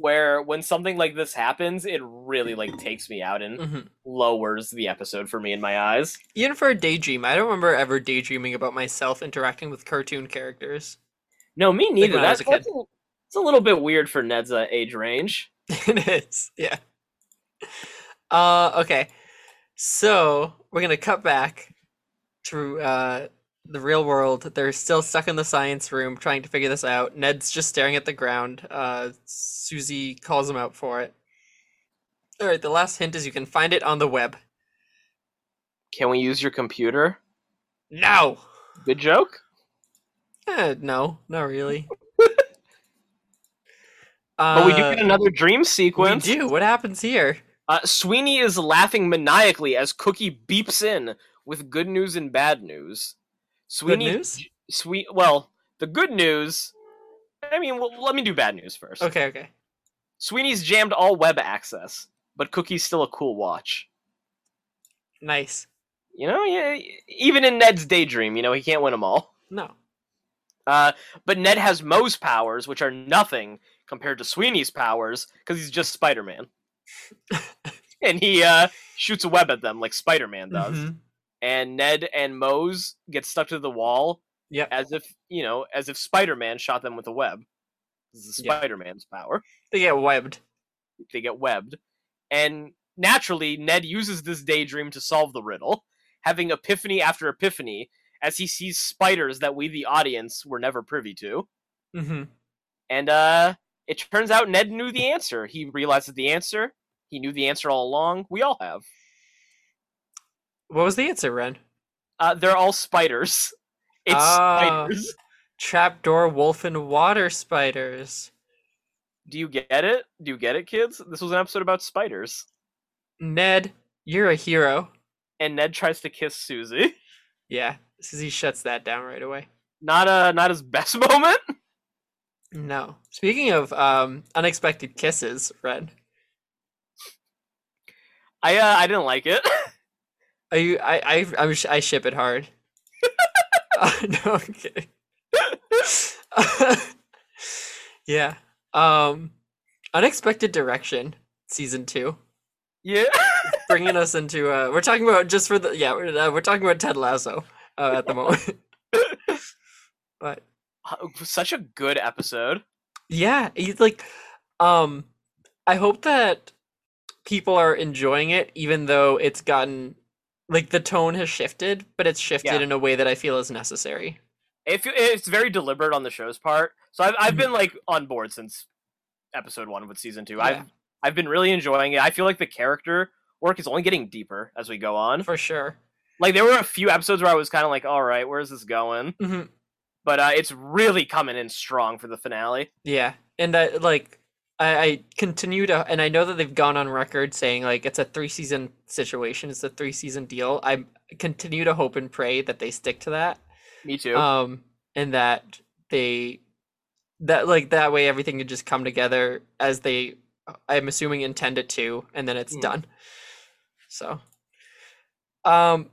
S2: where when something like this happens, it really like takes me out and
S1: hmm
S2: lowers the episode for me in my eyes.
S1: Even for a daydream, I don't remember ever daydreaming about myself interacting with cartoon characters.
S2: No, me neither.
S1: when I was
S2: That's,
S1: a kid.
S2: that's a- it's a little bit weird for Ned's uh, age range.
S1: it is, yeah. Uh, okay. So we're gonna cut back to uh the real world. They're still stuck in the science room trying to figure this out. Ned's just staring at the ground. Uh, Susie calls him out for it. All right. The last hint is you can find it on the web.
S2: Can we use your computer?
S1: No.
S2: Good joke.
S1: Eh, no, not really.
S2: But we do
S1: Uh,
S2: get another dream
S1: we
S2: sequence.
S1: do. What happens here?
S2: Uh, Sweeney is laughing maniacally as Cookie beeps in with good news and bad news.
S1: Good
S2: Sweeney,
S1: news.
S2: Sweet. Well, the good news. I mean, well, let me do bad news first.
S1: Okay. Okay.
S2: Sweeney's jammed all web access, but Cookie's still a cool watch.
S1: Nice.
S2: You know, yeah, even in Ned's daydream, you know he can't win them all.
S1: No.
S2: Uh, but Ned has Moe's powers, which are nothing compared to Sweeney's powers, because he's just Spider-Man. and he uh, shoots a web at them like Spider-Man does.
S1: Mhm.
S2: and Ned and Mose get stuck to the wall.
S1: Yep.
S2: As if you know, as if Spider Man shot them with a web. This is
S1: Yeah.
S2: Spider Man's power.
S1: They get webbed.
S2: They get webbed. And naturally, Ned uses this daydream to solve the riddle, having epiphany after epiphany as he sees spiders that we the audience were never privy to.
S1: Mm-hmm.
S2: And uh it turns out Ned knew the answer. He realizes the answer. He knew the answer all along. We all have.
S1: What was the answer, Ren?
S2: Uh, they're all spiders. It's
S1: Ah.
S2: spiders.
S1: Trapdoor wolf and water spiders.
S2: Do you get it? Do you get it, kids? This was an episode about spiders.
S1: Ned, you're a hero.
S2: And Ned tries to kiss Susie.
S1: Yeah, Susie shuts that down right away.
S2: Not uh not his best moment.
S1: No. Speaking of um, unexpected kisses, Ren,
S2: I uh, I didn't like it.
S1: are you? I I I'm, sh- I ship it hard. Uh, no, I'm kidding. yeah. Um, unexpected direction, season two.
S2: yeah.
S1: bringing us into uh we're talking about just for the yeah we're, uh, we're talking about ted lasso uh, at the moment but
S2: Such a good episode.
S1: yeah he's like um i hope that people are enjoying it even though it's gotten like the tone has shifted but it's shifted
S2: Yeah.
S1: in a way that i feel is necessary
S2: It, fe- it's very deliberate on the show's part. So I've,
S1: Mm-hmm.
S2: I've been like on board since episode one with season two.
S1: Yeah.
S2: I've I've been really enjoying it. I feel like the character work is only getting deeper as we go on.
S1: for sure.
S2: Like there were a few episodes where I was kind of like, all right, where is this going?
S1: hmm
S2: But uh, it's really coming in strong for the finale.
S1: Yeah, and I like I, I continue to, and I know that they've gone on record saying like it's a three season situation, it's a three season deal. I continue to hope and pray that they stick to that.
S2: Me too.
S1: um and that they that like that way everything could just come together as they uh, i'm assuming intend it to and then it's
S2: Mm.
S1: done so um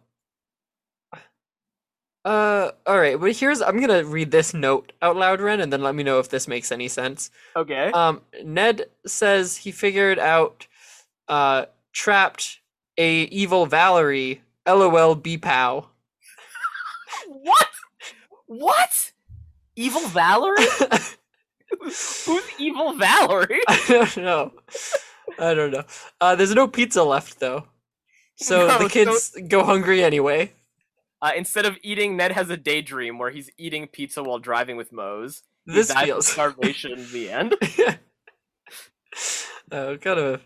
S1: uh all right well here's i'm gonna read this note out loud ren and then let me know if this makes any sense
S2: okay.
S1: um, Ned says he figured out uh, trapped a evil Valerie. LOL, B pow.
S2: what? What? Evil Valerie? Who's Evil Valerie?
S1: I don't know. I don't know. Uh, there's no pizza left though, so
S2: No,
S1: the
S2: so-
S1: kids go hungry anyway.
S2: Uh, instead of eating, Ned has a daydream where he's eating pizza while driving with Moe's. He
S1: This
S2: dies of
S1: feels
S2: starvation in the end.
S1: uh, kind of.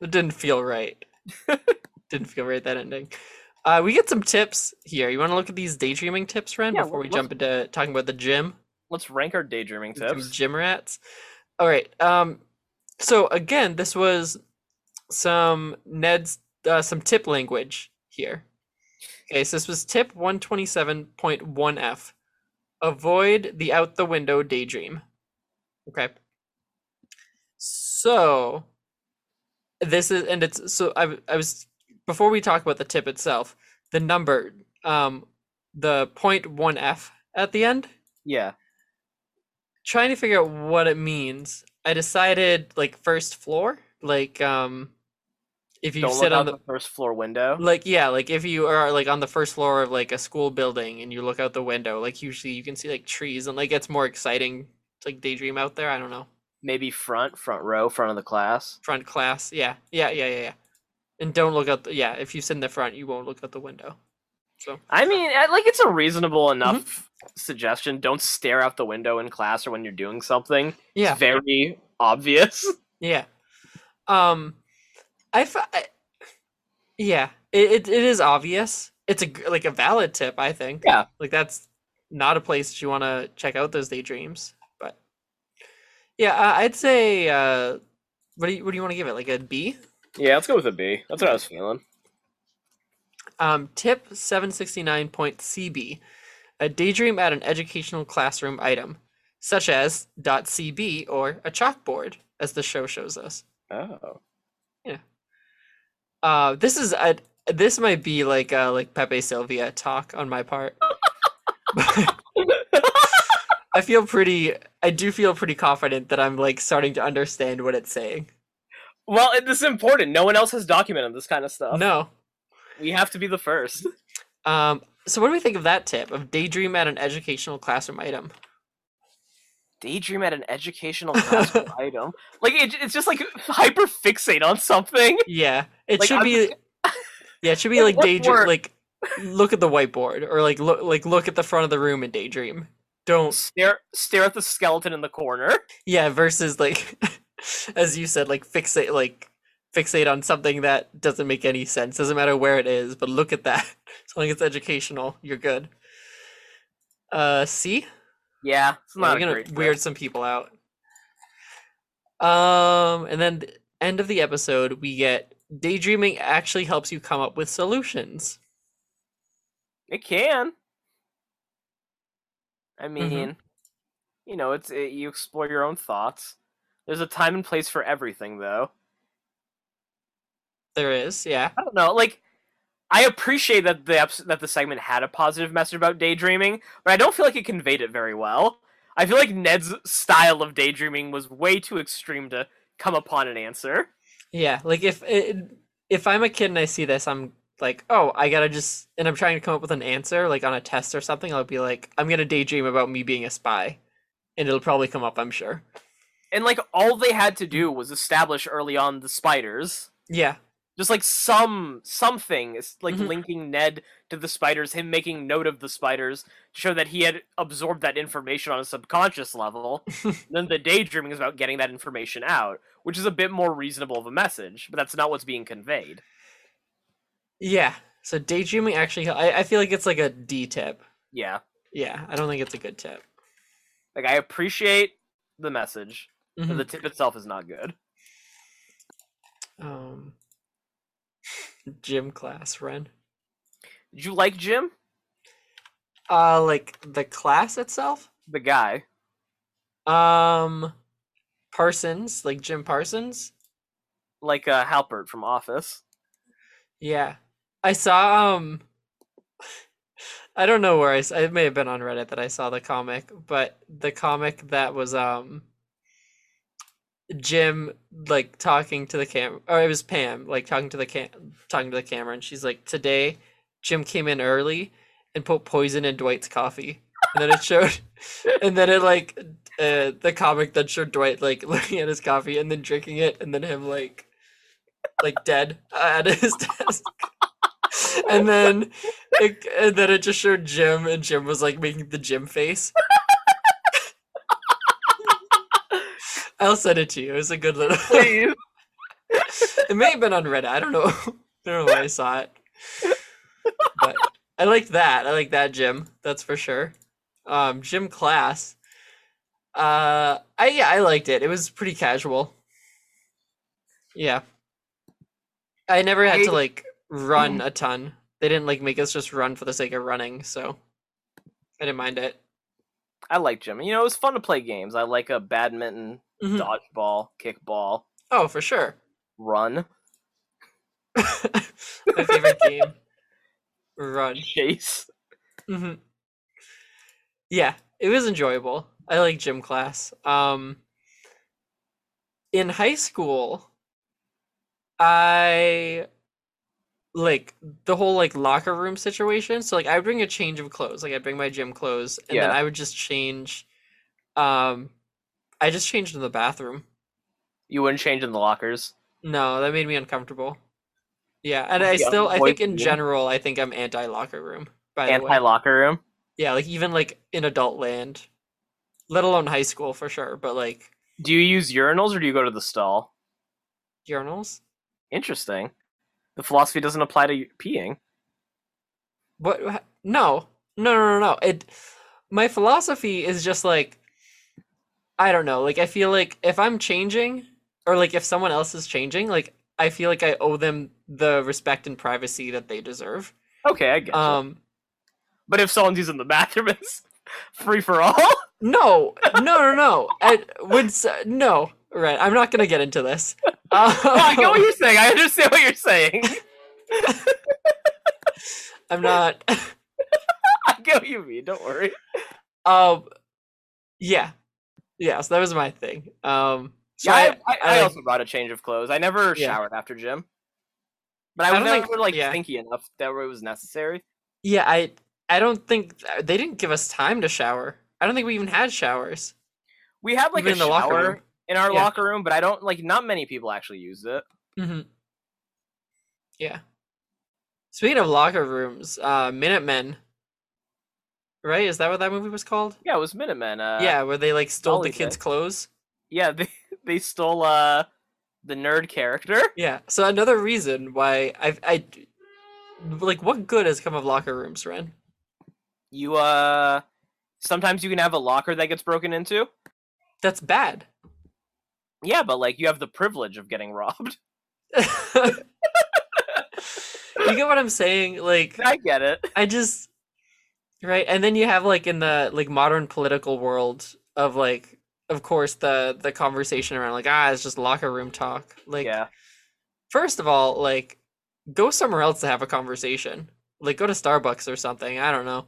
S1: It didn't feel right. didn't feel right that ending. Uh, we get some tips here. You want to look at these daydreaming tips, Ren,
S2: Yeah,
S1: before we
S2: let's-
S1: jump into talking about the gym.
S2: Let's rank our daydreaming
S1: Some
S2: tips.
S1: Gym rats. All right. Um. So again, this was some Ned's uh, some tip language here. Okay, so this was tip one twenty seven point one F. Avoid the out the window daydream. Okay. So this is and it's so I I was before we talk about the tip itself, the number um the point one F at the end
S2: Yeah.
S1: trying to figure out what it means, I decided like first floor, like um if you
S2: Don't
S1: sit
S2: look
S1: on
S2: out
S1: the,
S2: the first floor window.
S1: like yeah, like if you are like on the first floor of like a school building and you look out the window, like usually you can see like trees and like it's more exciting to, like daydream out there, I don't know.
S2: Maybe front, front row, front of the class.
S1: Front class. Yeah. Yeah, yeah, yeah, yeah. And don't look out the, yeah, if you sit in the front, you won't look out the window.
S2: I mean, I- like it's a reasonable
S1: Mm-hmm.
S2: enough suggestion. Don't stare out the window in class or when you're doing something.
S1: Yeah.
S2: It's very obvious.
S1: Yeah. Um, I, f- I- yeah, it, it, it is obvious. It's a g- like a valid tip, I think.
S2: Yeah.
S1: Like that's not a place that you want to check out those daydreams, but yeah, I, I'd say uh, what do you what do you want to give it? Like a B?
S2: Yeah, let's go with a B. That's what I was feeling.
S1: Um, tip 769.cb. A daydream at an educational classroom item, such as .cb or a chalkboard, as the show shows us.
S2: Oh.
S1: Uh, this is a this might be like uh like Pepe Sylvia talk on my part. I feel pretty. I do feel pretty confident that I'm like starting to understand what it's saying.
S2: well, it- this is important. No one else has documented this kind of stuff.
S1: No.
S2: We have to be the first.
S1: Um. So what do we think of that tip of daydream at an educational classroom item?
S2: daydream at an educational classroom item. Like it, it's just like hyper fixate on something.
S1: Yeah. It
S2: Like,
S1: should
S2: I'm
S1: be.
S2: just-
S1: Yeah. It should be like
S2: Like, what
S1: daydream.
S2: word?
S1: Like look at the whiteboard or like look like look at the front of the room and daydream. Don't.
S2: Stare stare at the skeleton in the corner.
S1: Yeah. Versus like, as you said, like fixate like fixate on something that doesn't make any sense. Doesn't matter where it is, but look at that. As long as it's educational, you're good. Uh. See.
S2: Yeah, it's
S1: Yeah,
S2: not
S1: we're
S2: a
S1: gonna
S2: great
S1: weird
S2: weird.
S1: some people out. Um, and then the end of the episode, we get daydreaming actually helps you come up with solutions.
S2: It can. I
S1: Mm-hmm.
S2: mean, you know, it's it, you explore your own thoughts. There's a time and place for everything, though.
S1: There is, yeah,
S2: I don't know. Like, I appreciate that the eps- that the segment had a positive message about daydreaming, but I don't feel like it conveyed it very well. I feel like Ned's style of daydreaming was way too extreme to come upon an answer.
S1: yeah. Like if it, if I'm a kid and I see this, I'm like, oh, I gotta just, and I'm trying to come up with an answer, like on a test or something. I'll be like, I'm gonna daydream about me being a spy, and it'll probably come up, I'm sure.
S2: And like all they had to do was establish early on the spiders,
S1: Yeah,
S2: Just like some something is like
S1: Mhm.
S2: linking Ned to the spiders, him making note of the spiders to show that he had absorbed that information on a subconscious level. then the daydreaming is about getting that information out, which is a bit more reasonable of a message, but that's not what's being conveyed.
S1: Yeah. So daydreaming actually, I, I feel like it's like a D tip.
S2: Yeah.
S1: Yeah, I don't think it's a good tip.
S2: Like I appreciate the message, but
S1: Mhm.
S2: the tip itself is not good.
S1: Um, gym class, Ren.
S2: Did you like Jim?
S1: Uh, like the class itself.
S2: The guy.
S1: Um, Parsons, like Jim Parsons.
S2: Like uh Halpert from Office.
S1: Yeah, I saw. Um, I don't know where I. s- It may have been on Reddit that I saw the comic, but the comic that was um. Jim like talking to the cam or it was Pam like talking to the cam talking to the camera and she's like today Jim came in early and put poison in Dwight's coffee and then it showed and then it like uh, the comic that showed Dwight like looking at his coffee and then drinking it and then him like like dead uh, at his desk and then it, and then it just showed Jim and Jim was like making the Jim face I'll send it to you. It's a good little.
S2: Please.
S1: it may have been on Reddit. I don't know. I don't know where I saw it. But I like that. I like that Jim. That's for sure. Um, Jim class. Uh, I yeah, I liked it. It was pretty casual. Yeah. I never had
S2: Hey.
S1: to like run a ton. They didn't like make us just run for the sake of running, so I didn't mind it.
S2: I like Jim. You know, it was fun to play games. I like a badminton,
S1: Mhm.
S2: dodgeball, kickball,
S1: Oh, for sure.
S2: run,
S1: My favorite game. Run.
S2: chase.
S1: hmm Yeah, it was enjoyable. I like gym class. Um, in high school, I like the whole like locker room situation. So like I would bring a change of clothes. Like I'd bring my gym clothes, and then
S2: Yeah.
S1: I would just change. Um, I just changed in the bathroom.
S2: You wouldn't change in the lockers.
S1: No, that made me uncomfortable. Yeah, and I
S2: Yeah,
S1: still, I
S2: boy
S1: think in
S2: room.
S1: general, I think I'm anti locker room. By the way.
S2: Anti locker room.
S1: Yeah, like even like in adult land, let alone high school for sure, but like
S2: Do you use urinals or do you go to the stall?
S1: urinals.
S2: Interesting. The philosophy doesn't apply to peeing.
S1: What? wha- No, no, no, no, no. It. My philosophy is just like, I don't know. Like I feel like if I'm changing, or like if someone else is changing, like I feel like I owe them the respect and privacy that they deserve.
S2: Okay, I get it.
S1: Um,
S2: But if someone's using the bathroom, it's free for all.
S1: No, no, no, no. I would s- no. Right, I'm not gonna get into this.
S2: I get
S1: Um,
S2: what you're saying. I understand what you're saying.
S1: I'm not.
S2: I get what you mean. Don't worry.
S1: Um, yeah, yeah. So that was my thing. Um, so
S2: yeah,
S1: I,
S2: I, I, I
S1: I-
S2: also brought a change of clothes. I never
S1: Yeah.
S2: showered after gym, but I
S1: I
S2: was
S1: don't
S2: never
S1: think-
S2: like
S1: yeah.
S2: stinky enough that it was necessary.
S1: yeah, I, I don't think th- they didn't give us time to shower. I don't think we even had showers.
S2: We had like
S1: even
S2: a shower
S1: room.
S2: in our
S1: Yeah.
S2: locker room, but I don't like. Not many people actually used it.
S1: hmm Yeah. Speaking of locker rooms, uh, Minutemen. Right? Is that what that movie was called?
S2: Yeah, it was Minutemen. Uh,
S1: yeah, where they like stole the
S2: Dolly
S1: kids'
S2: Day.
S1: clothes.
S2: yeah. They they stole uh the nerd character.
S1: Yeah. So another reason why I, I, like, what good has come of locker rooms, Ren?
S2: You uh, sometimes you can have a locker that gets broken into.
S1: That's bad.
S2: Yeah, but like you have the privilege of getting robbed.
S1: you get what I'm saying? Like,
S2: I get it.
S1: I just right, and then you have like in the like modern political world of like, of course the the conversation around like ah, it's just locker room talk. Like,
S2: yeah,
S1: first of all, like go somewhere else to have a conversation. Like, go to Starbucks or something. I don't know.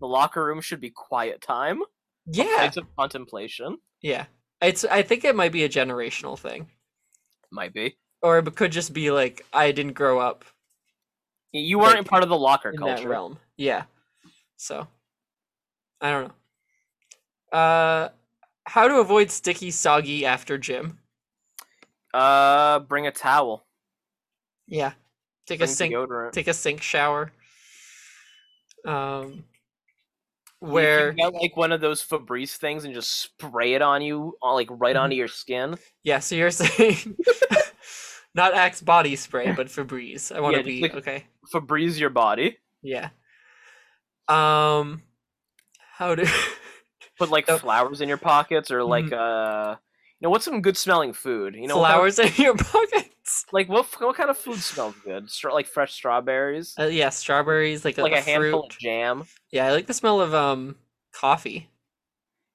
S2: the locker room should be quiet time.
S1: Yeah,
S2: Place of contemplation
S1: yeah. It's I think it might be a generational thing,
S2: might be.
S1: or it could just be like I didn't grow up
S2: Y- You weren't
S1: Like,
S2: part of the locker
S1: in that
S2: culture.
S1: realm. Yeah. So, I don't know. Uh, how to avoid sticky soggy after gym?
S2: Uh, bring a towel.
S1: Yeah. Take a
S2: Bring
S1: sink
S2: deodorant.
S1: take a sink shower. Um
S2: You can
S1: where
S2: get like one of those Febreze things and just spray it on you, on, like right
S1: Mhm.
S2: onto your skin.
S1: yeah, so you're saying not Axe body spray, but Febreze. I want
S2: Yeah,
S1: to be
S2: just like-
S1: okay.
S2: Febreze your body,
S1: Yeah. Um how do
S2: put like
S1: Yep.
S2: flowers in your pockets or
S1: Mm.
S2: like uh, you know, what's some good smelling food? You know, what kind of-
S1: flowers in your pockets?
S2: like what f- what kind of food smells good? Stra- like fresh strawberries,
S1: Uh, yeah, strawberries, like a,
S2: like a,
S1: a
S2: handful
S1: fruit.
S2: of jam.
S1: Yeah, I like the smell of um coffee.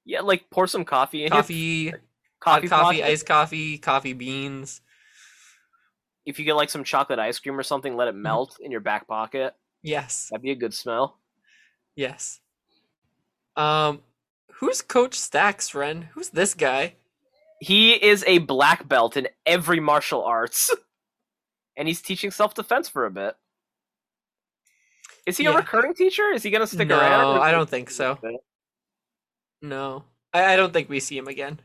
S2: Yeah, like pour some coffee in your
S1: Coffee, hot
S2: coffee,
S1: coffee,
S2: pot.
S1: iced coffee, coffee beans.
S2: If you get like some chocolate ice cream or something, let it
S1: Mm-hmm.
S2: melt in your back pocket.
S1: Yes.
S2: That'd be a good smell.
S1: Yes. Um who's coach Stacks, Ren? Who's this guy?
S2: He is a black belt in every martial arts, and he's teaching self defense for a bit. Is he a
S1: Yeah.
S2: recurring teacher? Is he gonna stick around?
S1: No,
S2: or is
S1: I
S2: he
S1: don't think
S2: just
S1: so.
S2: leaving?
S1: No. I, I don't think we see him again.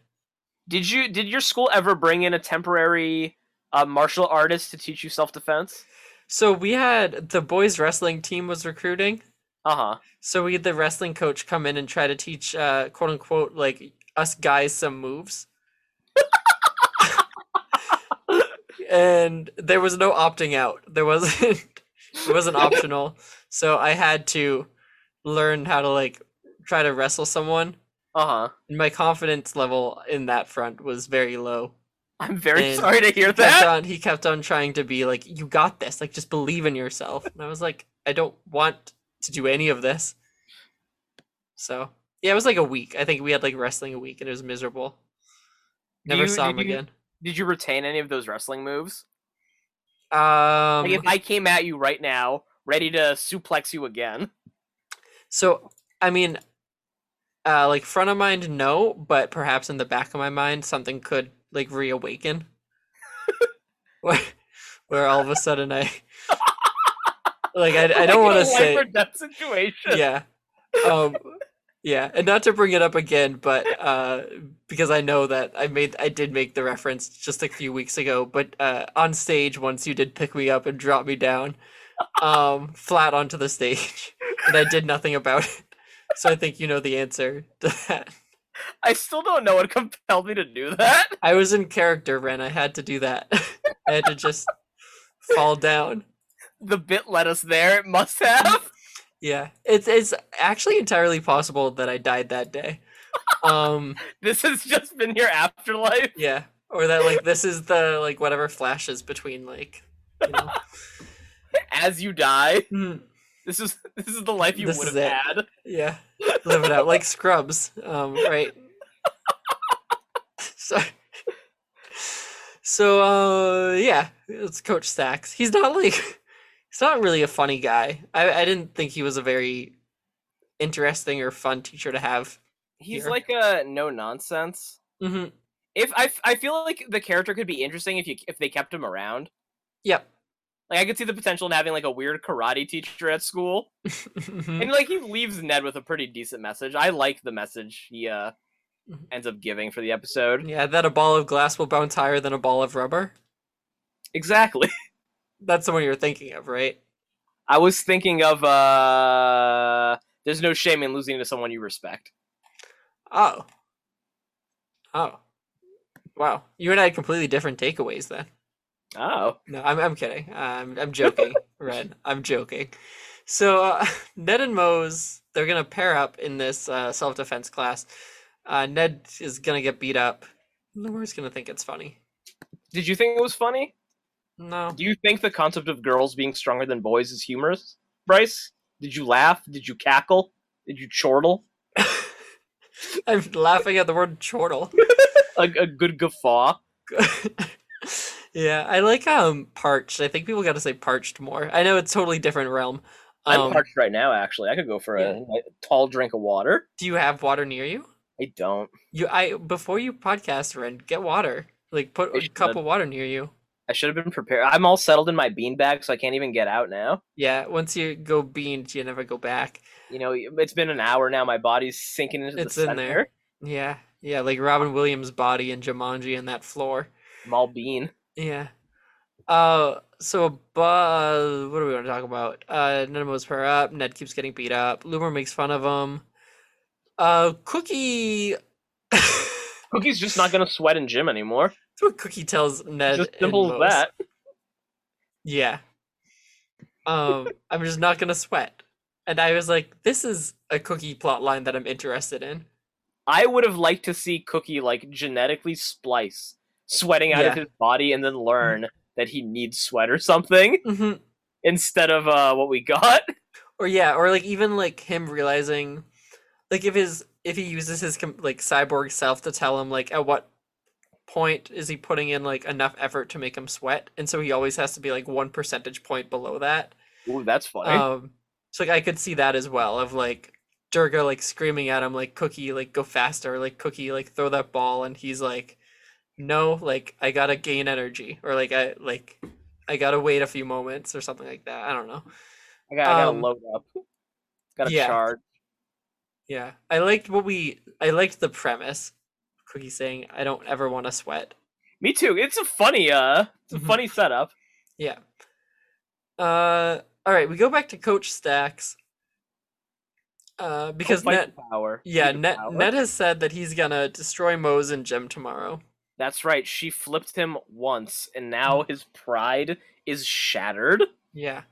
S2: Did you did your school ever bring in a temporary uh, martial artist to teach you self defense?
S1: So we had the boys wrestling team was recruiting.
S2: Uh huh.
S1: So we had the wrestling coach come in and try to teach uh quote unquote like us guys some moves. and there was no opting out. There wasn't it wasn't optional. So I had to learn how to like try to wrestle someone.
S2: Uh huh.
S1: And my confidence level in that front was very low.
S2: I'm very
S1: And
S2: sorry to hear
S1: He kept
S2: that.
S1: on he kept on trying to be like, You got this, like just believe in yourself. And I was like, I don't want to do any of this. So yeah, it was like a week. I think we had like wrestling a week and it was miserable.
S2: Do
S1: Never
S2: you-
S1: saw him
S2: did you-
S1: again.
S2: Did you retain any of those wrestling moves? Like if
S1: Um
S2: I came at you right now, ready to suplex you again.
S1: so I mean uh like front of mind no, but perhaps in the back of my mind something could like reawaken. where where all of a sudden I like I, I don't want to say
S2: that situation.
S1: yeah um yeah and not to bring it up again but uh because i know that i made i did make the reference just a few weeks ago but uh on stage once you did pick me up and drop me down um flat onto the stage and i did nothing about it so i think you know the answer to that
S2: I still don't know what compelled me to do that.
S1: i was in character ren i had to do that i had to just fall down
S2: The bit led us there. It must have.
S1: yeah it's it's actually entirely possible that i died that day um
S2: This has just been your afterlife.
S1: Yeah, or that like this is the like whatever flashes between like. You know.
S2: As you die,
S1: Mm,
S2: this is this is the life you
S1: This
S2: would
S1: is
S2: have
S1: it.
S2: had.
S1: yeah, live it out like Scrubs, um, right? so, so uh, yeah, it's Coach Stacks. He's not like he's not really a funny guy. I I didn't think he was a very interesting or fun teacher to have.
S2: He's
S1: Here.
S2: like a no nonsense.
S1: hmm
S2: If I, f- I feel like the character could be interesting if you if they kept him around.
S1: Yep.
S2: Like I could see the potential in having like a weird karate teacher at school.
S1: Mhm.
S2: And like he leaves Ned with a pretty decent message. I like the message he uh
S1: Mhm.
S2: ends up giving for the episode.
S1: yeah, that a ball of glass will bounce higher than a ball of rubber.
S2: Exactly.
S1: That's the one you're thinking of, right?
S2: I was thinking of uh there's no shame in losing to someone you respect.
S1: Oh. Oh. Wow. You and I had completely different takeaways then.
S2: Oh.
S1: No, I'm I'm kidding. I'm I'm joking, Red. I'm joking. So uh, Ned and Mose, they're gonna pair up in this uh, self defense class. Uh, Ned is gonna get beat up. Laura's gonna think it's funny.
S2: Did you think it was funny?
S1: No,
S2: Do you think the concept of girls being stronger than boys is humorous? Bryce? Did you laugh? Did you cackle? Did you chortle?
S1: I'm laughing at the word chortle.
S2: A, a good guffaw?
S1: yeah, I like um parched. I think people got to say parched more. I know it's totally different realm.
S2: I'm
S1: Um,
S2: parched right now, actually. I could go for a,
S1: yeah.
S2: a tall drink of water.
S1: do you have water near you?
S2: I don't.
S1: You, I before you podcast, Ren, get water. Like put
S2: I
S1: a cup
S2: should.
S1: of water near you.
S2: I should have been prepared. I'm all settled in my beanbag, so I can't even get out now.
S1: Yeah, once you go beamed, you never go back.
S2: You know, it's been an hour now. My body's sinking into
S1: It's
S2: the
S1: in
S2: center.
S1: there. Yeah, yeah, like Robin Williams' body and Jumanji and that floor.
S2: I'm all bean.
S1: Yeah. Uh, so bu- what do we want to talk about? Uh, Nenemo's her up. Ned keeps getting beat up. Loomer makes fun of him. Uh, Cookie. That's
S2: Cookie's just not gonna sweat in gym anymore.
S1: what Cookie tells Ned.
S2: Just
S1: and
S2: simple as
S1: Lois.
S2: that.
S1: Yeah. Um, I'm just not gonna sweat. And I was like, this is a Cookie plot line that I'm interested in.
S2: I would have liked to see Cookie like genetically splice sweating out of
S1: Yeah. Mm-hmm.
S2: his body and then learn that he needs sweat or something
S1: hmm
S2: instead of uh, what we got.
S1: Or yeah, or like even like him realizing, like if his if he uses his com- like cyborg self to tell him like at what point is he putting in like enough effort to make him sweat, and so he always has to be like one percentage point below that.
S2: Ooh, that's funny.
S1: Um, so like I could see that as well of like Durga like screaming at him like Cookie like go faster like Cookie like throw that ball and he's like no like I gotta gain energy or like I like I gotta wait a few moments or something like that I don't know
S2: I gotta, I gotta
S1: um,
S2: load up. Gotta
S1: yeah.
S2: charge.
S1: yeah I liked what we I liked the premise Cookie saying I don't ever want to sweat
S2: Me too. It's a funny uh it's a
S1: Mhm.
S2: funny setup.
S1: Yeah. Uh, all right, we go back to Coach Stacks. Uh, because
S2: Fight
S1: Net,
S2: the power.
S1: yeah,
S2: Fight the
S1: Net,
S2: power.
S1: Net has said that he's gonna destroy Moe's and Jim tomorrow.
S2: That's right. She flipped him once and now
S1: Mm.
S2: his pride is shattered.
S1: Yeah,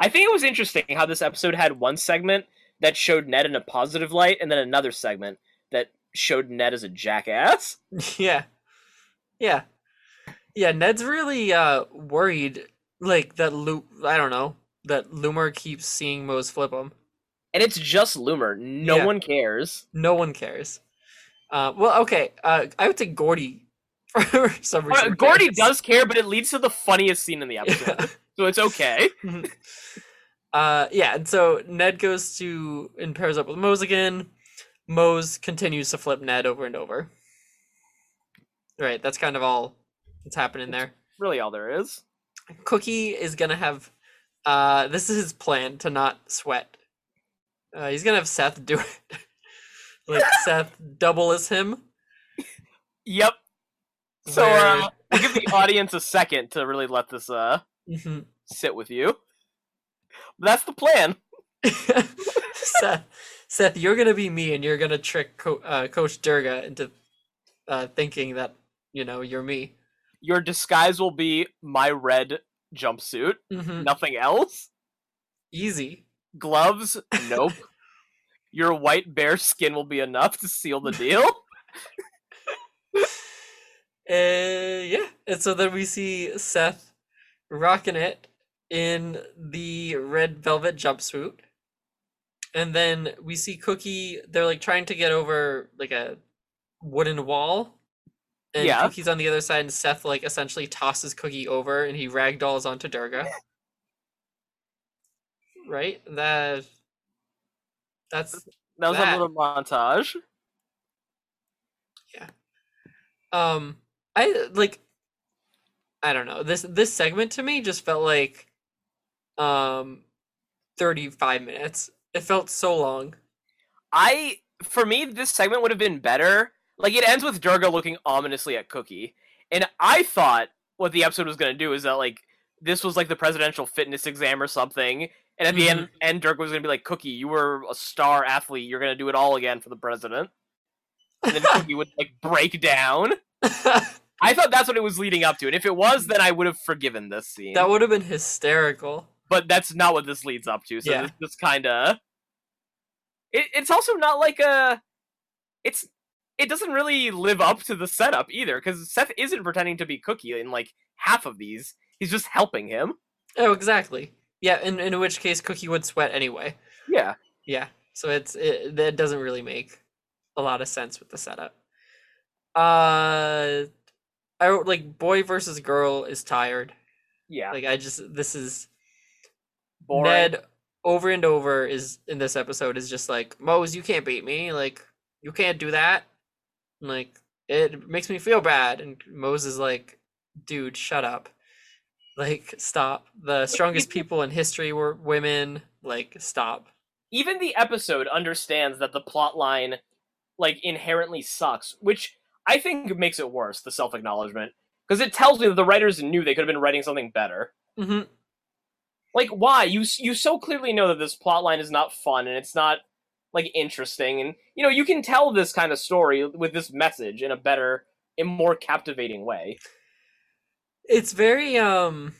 S2: I think it was interesting how this episode had one segment that showed Ned in a positive light, and then another segment that showed Ned as a jackass.
S1: yeah, yeah, yeah. Ned's really uh worried, like that. Lu- I don't know that Loomer keeps seeing Moe's flip him.
S2: And it's just Loomer. No
S1: Yeah.
S2: one cares.
S1: No one cares. Uh, well, okay. Uh, I would say Gordy for some
S2: Uh,
S1: reason.
S2: Gordy
S1: cares.
S2: does care, but it leads to the funniest scene in the episode.
S1: Yeah.
S2: So it's okay.
S1: Uh, yeah, and so Ned goes to and pairs up with Mose again. Mose continues to flip Ned over and over. Right, that's kind of all that's happening there.
S2: Really, all there is.
S1: Cookie is gonna have, uh, this is his plan to not sweat. Uh, he's gonna have Seth do it. like Seth double as him.
S2: Yep. So
S1: where-
S2: uh, we'll give the audience a second to really let this uh
S1: Mhm.
S2: sit with you. But that's the plan.
S1: Seth, Seth, you're gonna be me, and you're gonna trick Co- uh, Coach Durga into uh, thinking that you know you're me.
S2: Your disguise will be my red jumpsuit.
S1: hmm
S2: Nothing else.
S1: Easy.
S2: gloves nope your white bear skin will be enough to seal the deal
S1: Uh, yeah. And so then we see Seth rocking it in the red velvet jumpsuit. And then we see Cookie, they're like trying to get over like a wooden wall. And
S2: Yeah.
S1: Cookie's on the other side, and Seth like essentially tosses Cookie over and he ragdolls onto Durga. right? That that's
S2: that was
S1: That-
S2: a little montage
S1: um i like i don't know this this segment to me just felt like um 35 minutes it felt so long
S2: i for me this segment would have been better like it ends with durga looking ominously at cookie and i thought what the episode was going to do is that like this was like the presidential fitness exam or something and at the end end durga was going to be like cookie you were a star athlete you're going to do it all again for the president and then cookie would like break down
S1: that
S2: I thought that's what it was leading up to, and if it was, then I would have forgiven this scene.
S1: would have been hysterical
S2: but that's not what this leads up to. So
S1: Yeah.
S2: this, this kind of it, it's also not like a it's it doesn't really live up to the setup either because Seth isn't pretending to be Cookie in like half of these. He's just helping him.
S1: oh exactly yeah in, in which case cookie would sweat anyway
S2: Yeah,
S1: yeah so it's it that doesn't really make a lot of sense with the setup uh i wrote like boy versus girl is tired
S2: yeah.
S1: like i just this is
S2: Boring.
S1: Ned over and over is in this episode is just like Mose, you can't beat me. Like you can't do that. And, like it makes me feel bad. And Mose is like, dude, shut up. Like stop. The strongest people in history were women. Like stop.
S2: even the episode understands that the plot line like inherently sucks which i think makes it worse the self-acknowledgement Because it tells me that the writers knew they could have been writing something better.
S1: hmm
S2: Like, why? You s- you so clearly know that this plot line is not fun and it's not like interesting, and you know you can tell this kind of story with this message in a better, in more captivating way.
S1: It's very um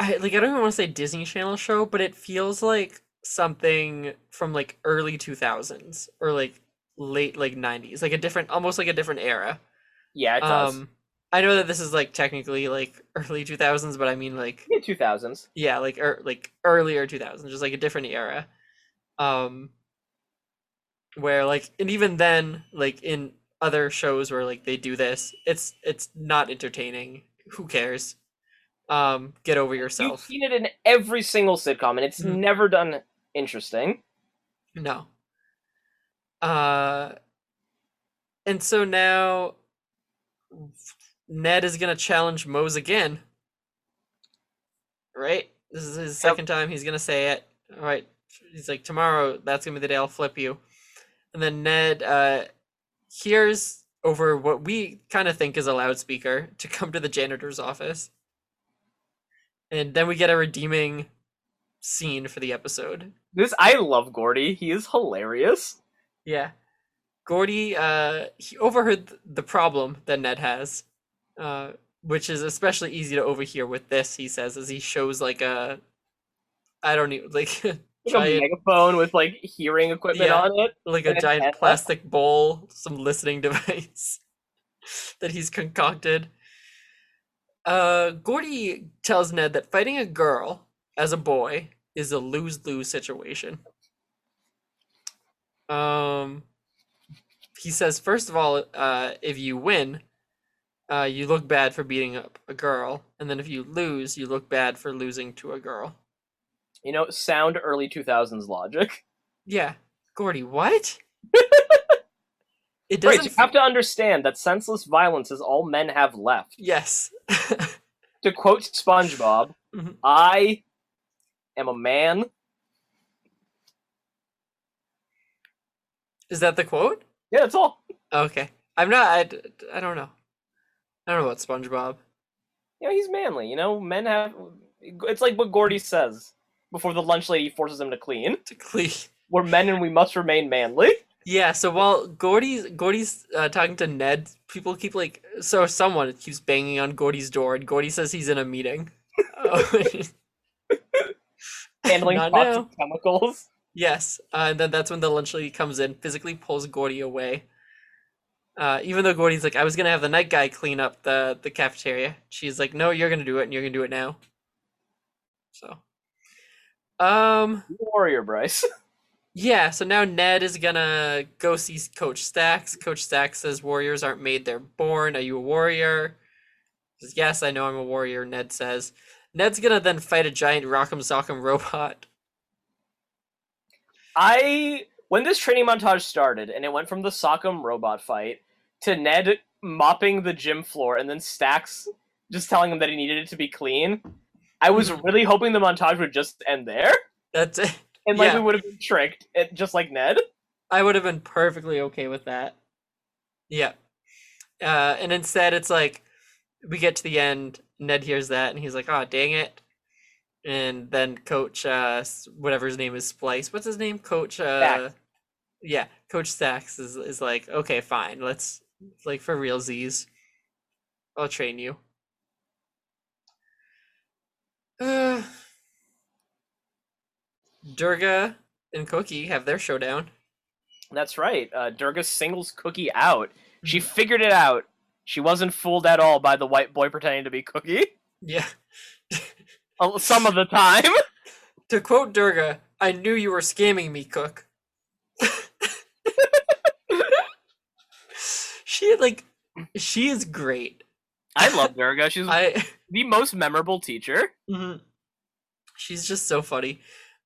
S1: I like I don't even want to say Disney Channel show, but it feels like something from like early 2000s or like late like 90s, like a different almost like a different era.
S2: Yeah, it does.
S1: Um I know that this is like technically like early 2000s, but I mean like
S2: yeah, two thousands.
S1: yeah, like er, like earlier 2000s, just like a different era. Um where like and even then like in other shows where like they do this, it's it's not entertaining. Who cares? Um get over
S2: You've
S1: yourself.
S2: seen it in every single sitcom, and it's
S1: Mhm.
S2: never done interesting.
S1: No. Uh and so now Ned is going to challenge Mose again. Right? This is his
S2: Yep.
S1: second time he's going to say it. All right. He's like tomorrow that's going to be the day I'll flip you. And then Ned uh hears over what we kind of think is a loudspeaker to come to the janitor's office. And then we get a redeeming scene for the episode.
S2: This I love Gordy. He is hilarious.
S1: Yeah. Gordy, uh, he overheard th- the problem that Ned has, uh, which is especially easy to overhear with this, he says, as he shows like a, I don't even, like, a
S2: Like a
S1: giant,
S2: megaphone with like hearing equipment
S1: Yeah.
S2: on it.
S1: like a
S2: an
S1: giant
S2: antenna.
S1: plastic bowl, some listening device that he's concocted. Uh, Gordy tells Ned that fighting a girl as a boy is a lose-lose situation. Um, he says, first of all, uh, if you win, uh, you look bad for beating up a girl, and then if you lose, you look bad for losing to a girl.
S2: You know, sound early two thousands logic.
S1: Yeah, Gordy, what? it doesn't.
S2: Right, you
S1: f-
S2: have to understand that senseless violence is all men have left.
S1: yes.
S2: To quote SpongeBob,
S1: Mhm.
S2: I am a man.
S1: Is that the quote?
S2: Yeah, that's all.
S1: Okay. I'm not. I, d- d- I don't know. I don't know about SpongeBob.
S2: You know, he's manly. You know, men have. It's like what Gordy says before the lunch lady forces him to clean.
S1: To clean.
S2: We're men and we must remain manly.
S1: Yeah, so while Gordy's Gordy's uh, talking to Ned, people keep like so someone keeps banging on Gordy's door, and Gordy says he's in a meeting. Oh,
S2: Handling
S1: Not
S2: toxic
S1: now.
S2: chemicals.
S1: yes, uh, and then that's when the lunch lady comes in, physically pulls Gordy away. Uh, even though Gordy's like, I was gonna have the night guy clean up the the cafeteria, she's like, No, you're gonna do it, and you're gonna do it now. So, um,
S2: Warrior Bryce.
S1: Yeah, so now Ned is gonna go see s- Coach Stacks. Coach Stacks says warriors aren't made, they're born. Are you a warrior? He says, yes, I know I'm a warrior, Ned says. Ned's gonna then fight a giant Rock'em Sock'em robot.
S2: I when this training montage started and it went from the Sock'em robot fight to Ned mopping the gym floor and then Stacks just telling him that he needed it to be clean. I was really hoping the montage would just end there
S1: That's it.
S2: and like
S1: Yeah.
S2: we would have been tricked, it, just like Ned.
S1: I would have been perfectly okay with that. Yeah. Uh, and instead, it's like we get to the end. Ned hears that, and he's like, "Oh, dang it!" And then Coach, uh, s- whatever his name is, Splice. What's his name? Coach. Uh, yeah, Coach Stacks is is like, "Okay, fine. Let's like for real, Z's. I'll train you." Uh, Durga and Cookie have their showdown.
S2: That's right. Uh, Durga singles Cookie out. She figured it out. She wasn't fooled at all by the white boy pretending to be Cookie.
S1: Yeah.
S2: Uh, Some of the time.
S1: To quote Durga, I knew you were scamming me, Cook. she like she is great.
S2: I love Durga. She's
S1: I
S2: the most memorable teacher.
S1: Mhm. she's just so funny.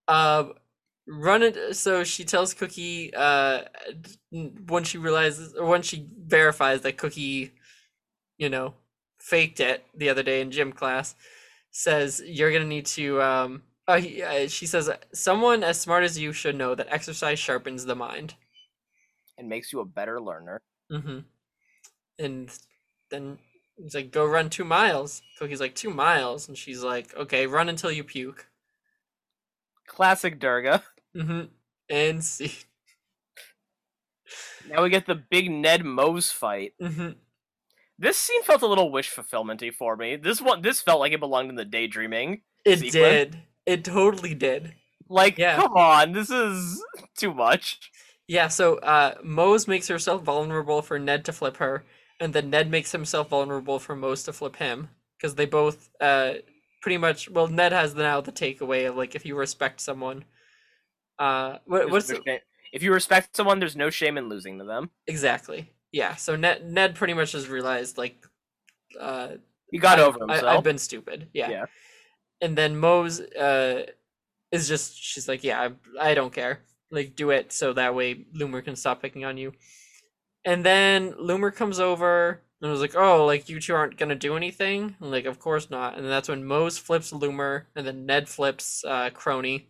S1: Um run it so she tells Cookie uh n- when she realizes or when she verifies that Cookie, you know, faked it the other day in gym class, says you're gonna need to um oh, he, uh, she says someone as smart as you should know that exercise sharpens the mind.
S2: and makes you a better learner.
S1: Mm-hmm. And then He's like, go run two miles. Cookie's like, two miles. And she's like, okay, run until you puke.
S2: Classic Durga.
S1: hmm And see.
S2: Now we get the big Ned Mose fight.
S1: hmm
S2: This scene felt a little wish fulfillmenty for me. This one, this felt like it belonged in the daydreaming.
S1: It
S2: Sequence.
S1: did. It totally did.
S2: Like,
S1: Yeah.
S2: come on, this is too much.
S1: Yeah, so uh, Mose makes herself vulnerable for Ned to flip her, and then Ned makes himself vulnerable for Mose to flip him. Because they both uh, pretty much, well, Ned has now the takeaway of like, if you respect someone. Uh, what,
S2: There's
S1: what's
S2: no
S1: the-
S2: shame- If you respect someone, there's no shame in losing to them.
S1: exactly? Yeah, so Ned Ned pretty much has realized like, uh,
S2: He got
S1: I-
S2: over himself.
S1: I, I've been stupid. Yeah.
S2: Yeah.
S1: And then Mose uh, is just she's like, yeah, I, I don't care. Like, do it so that way Loomer can stop picking on you. And then Loomer comes over and was like, oh, like you two aren't gonna do anything. And like, of course not. And that's when Mose flips Loomer, and then Ned flips uh, Crony.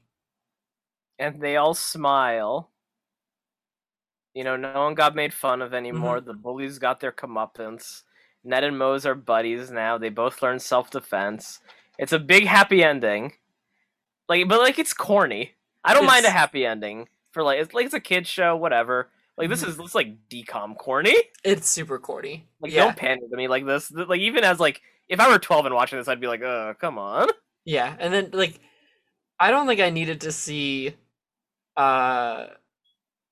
S2: and they all smile. You know, no one got made fun of anymore. The bullies got their comeuppance. Ned and Mose are buddies now. They both learn self defense. It's a big happy ending. Like, but like it's corny. I don't mind a
S1: It's-
S2: happy ending for like it's like it's a kid show, whatever. Like this
S1: Mhm.
S2: is this is, like decom corny.
S1: It's super corny.
S2: Like
S1: yeah.
S2: don't pander to me like this. Th- Like even as like if I were twelve and watching this, I'd be like, uh, come on.
S1: Yeah, and then like I don't think I needed to see uh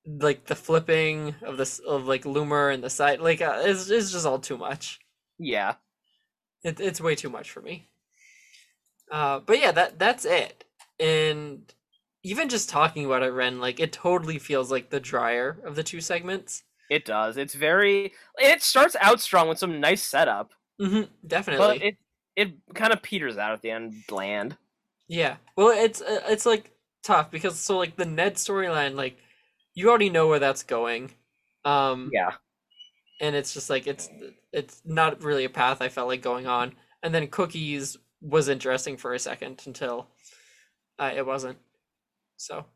S1: like the flipping of this of like Loomer and the side like uh, it's it's just all too much.
S2: Yeah,
S1: It, it's way too much for me. Uh but yeah, that that's it. And even just talking about it Ren like it totally feels like the drier of the two segments.
S2: it does. It's very. It starts out strong with some nice setup.
S1: Mhm, definitely.
S2: But it it kind of peters out at the end, bland.
S1: Yeah. Well, it's uh, it's like tough because so like the Ned storyline like you already know where that's going. Um
S2: Yeah,
S1: and it's just like it's it's not really a path I felt like going on. And then cookies was interesting for a second until uh, it wasn't. So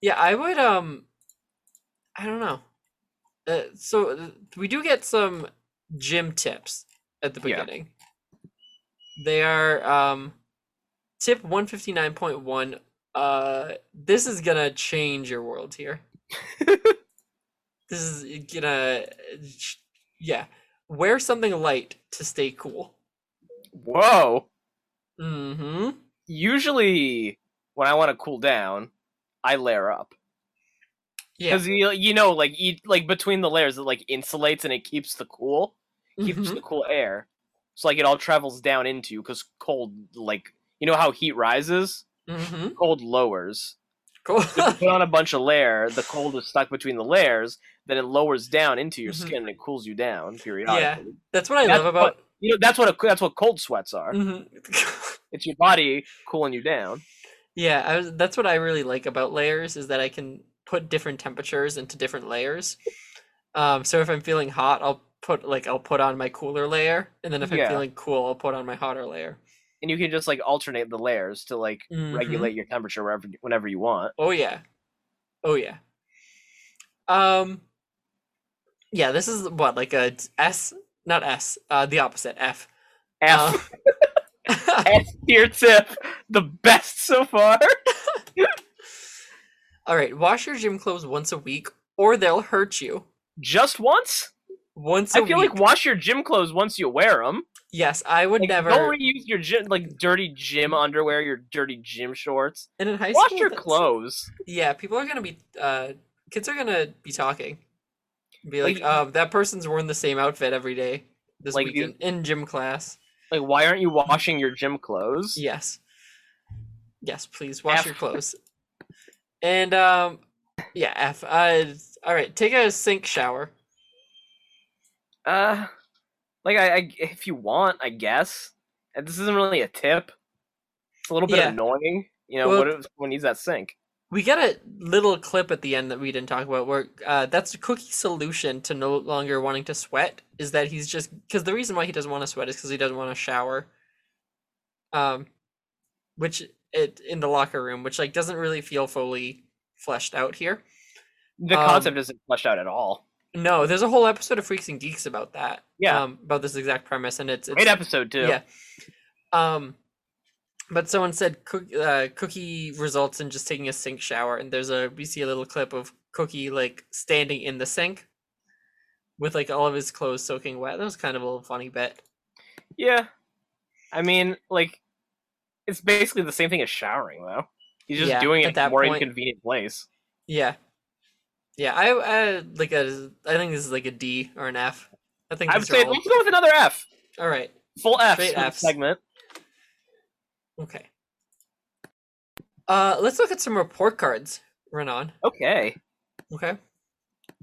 S1: yeah, I would um I don't know. Uh, so uh, we do get some gym tips at the
S2: Yeah.
S1: beginning. They are um tip 159.1 uh this is gonna change your world here this is eh, gonna yeah wear something light to stay cool
S2: Whoa.
S1: mm-hmm
S2: Usually, when I want to cool down, I layer up
S1: yeah
S2: because you, you know, like you, like between the layers, it like insulates and it keeps the cool, keeps
S1: mhm,
S2: the cool air. So like it all travels down into you because cold, like you know how heat rises,
S1: mhm,
S2: cold lowers. So if you
S1: cool
S2: put on a bunch of layer, the cold is stuck between the layers, then it lowers down into your
S1: Mhm.
S2: skin and it cools you down periodically.
S1: that's what i
S2: That's
S1: love
S2: what-
S1: about
S2: You know that's what a, that's what cold sweats are.
S1: Mm. mhm.
S2: It's your body cooling you down.
S1: yeah I was, that's what i really like about layers is that i can put different temperatures into different layers um so if i'm feeling hot i'll put like i'll put on my cooler layer and then if i'm
S2: Yeah.
S1: feeling cool i'll put on my hotter layer
S2: And you can just like alternate the layers to like
S1: Mhm.
S2: regulate your temperature wherever whenever you want.
S1: Oh yeah. Oh yeah. Um Yeah, this is what like a t- S not S, uh the opposite F.
S2: F
S1: Uh,
S2: S tier tip. The best so far.
S1: All right, wash your gym clothes once a week or they'll hurt you.
S2: Just once?
S1: Once a
S2: I feel
S1: week.
S2: like wash your gym clothes once you wear them.
S1: yes, I would never
S2: Don't reuse your gym like dirty gym underwear, your dirty gym shorts.
S1: and in high
S2: Wash
S1: school
S2: your
S1: that's-
S2: clothes.
S1: Yeah, people are going to be uh kids are going to be talking. Be
S2: Like,
S1: like,
S2: y-
S1: um that person's worn the same outfit every day this
S2: Like,
S1: week
S2: you-
S1: weekend in gym class.
S2: Like why aren't you washing your gym clothes?
S1: Yes. Yes, please wash
S2: F.
S1: your clothes. And um yeah, F. Uh all right, take a sink shower.
S2: Uh like I, I if you want, I guess. And this isn't really a tip. It's a little bit
S1: Yeah.
S2: annoying. You know,
S1: Well,
S2: what if someone needs that sink?
S1: We got a little clip at the end that we didn't talk about where uh that's Cookie's solution to no longer wanting to sweat is that he's just cuz the reason why he doesn't want to sweat is cuz he doesn't want to shower. Um which it in the locker room, which like doesn't really feel fully fleshed out here.
S2: The
S1: Um,
S2: concept isn't fleshed out at all.
S1: No, there's a whole episode of Freaks and Geeks about that.
S2: Yeah.
S1: Um, about this exact premise, and it's, it's
S2: Great episode too.
S1: Yeah. Um, but someone said cook, uh, Cookie results in just taking a sink shower, and there's a we see a little clip of Cookie like standing in the sink with like all of his clothes soaking wet. That was kind of a little funny bit.
S2: Yeah. I mean, like, it's basically the same thing as showering, though. He's just
S1: Yeah,
S2: doing
S1: at
S2: it in a
S1: that
S2: more
S1: point-
S2: inconvenient place.
S1: Yeah, yeah. I, I like a, I think this is like a D or an F. I think
S2: I would
S1: these are
S2: say
S1: all-
S2: let's go with another F.
S1: all right.
S2: Full F
S1: Straight Fs.
S2: segment.
S1: Okay. Uh, let's look at some report cards, Renan.
S2: Okay.
S1: Okay.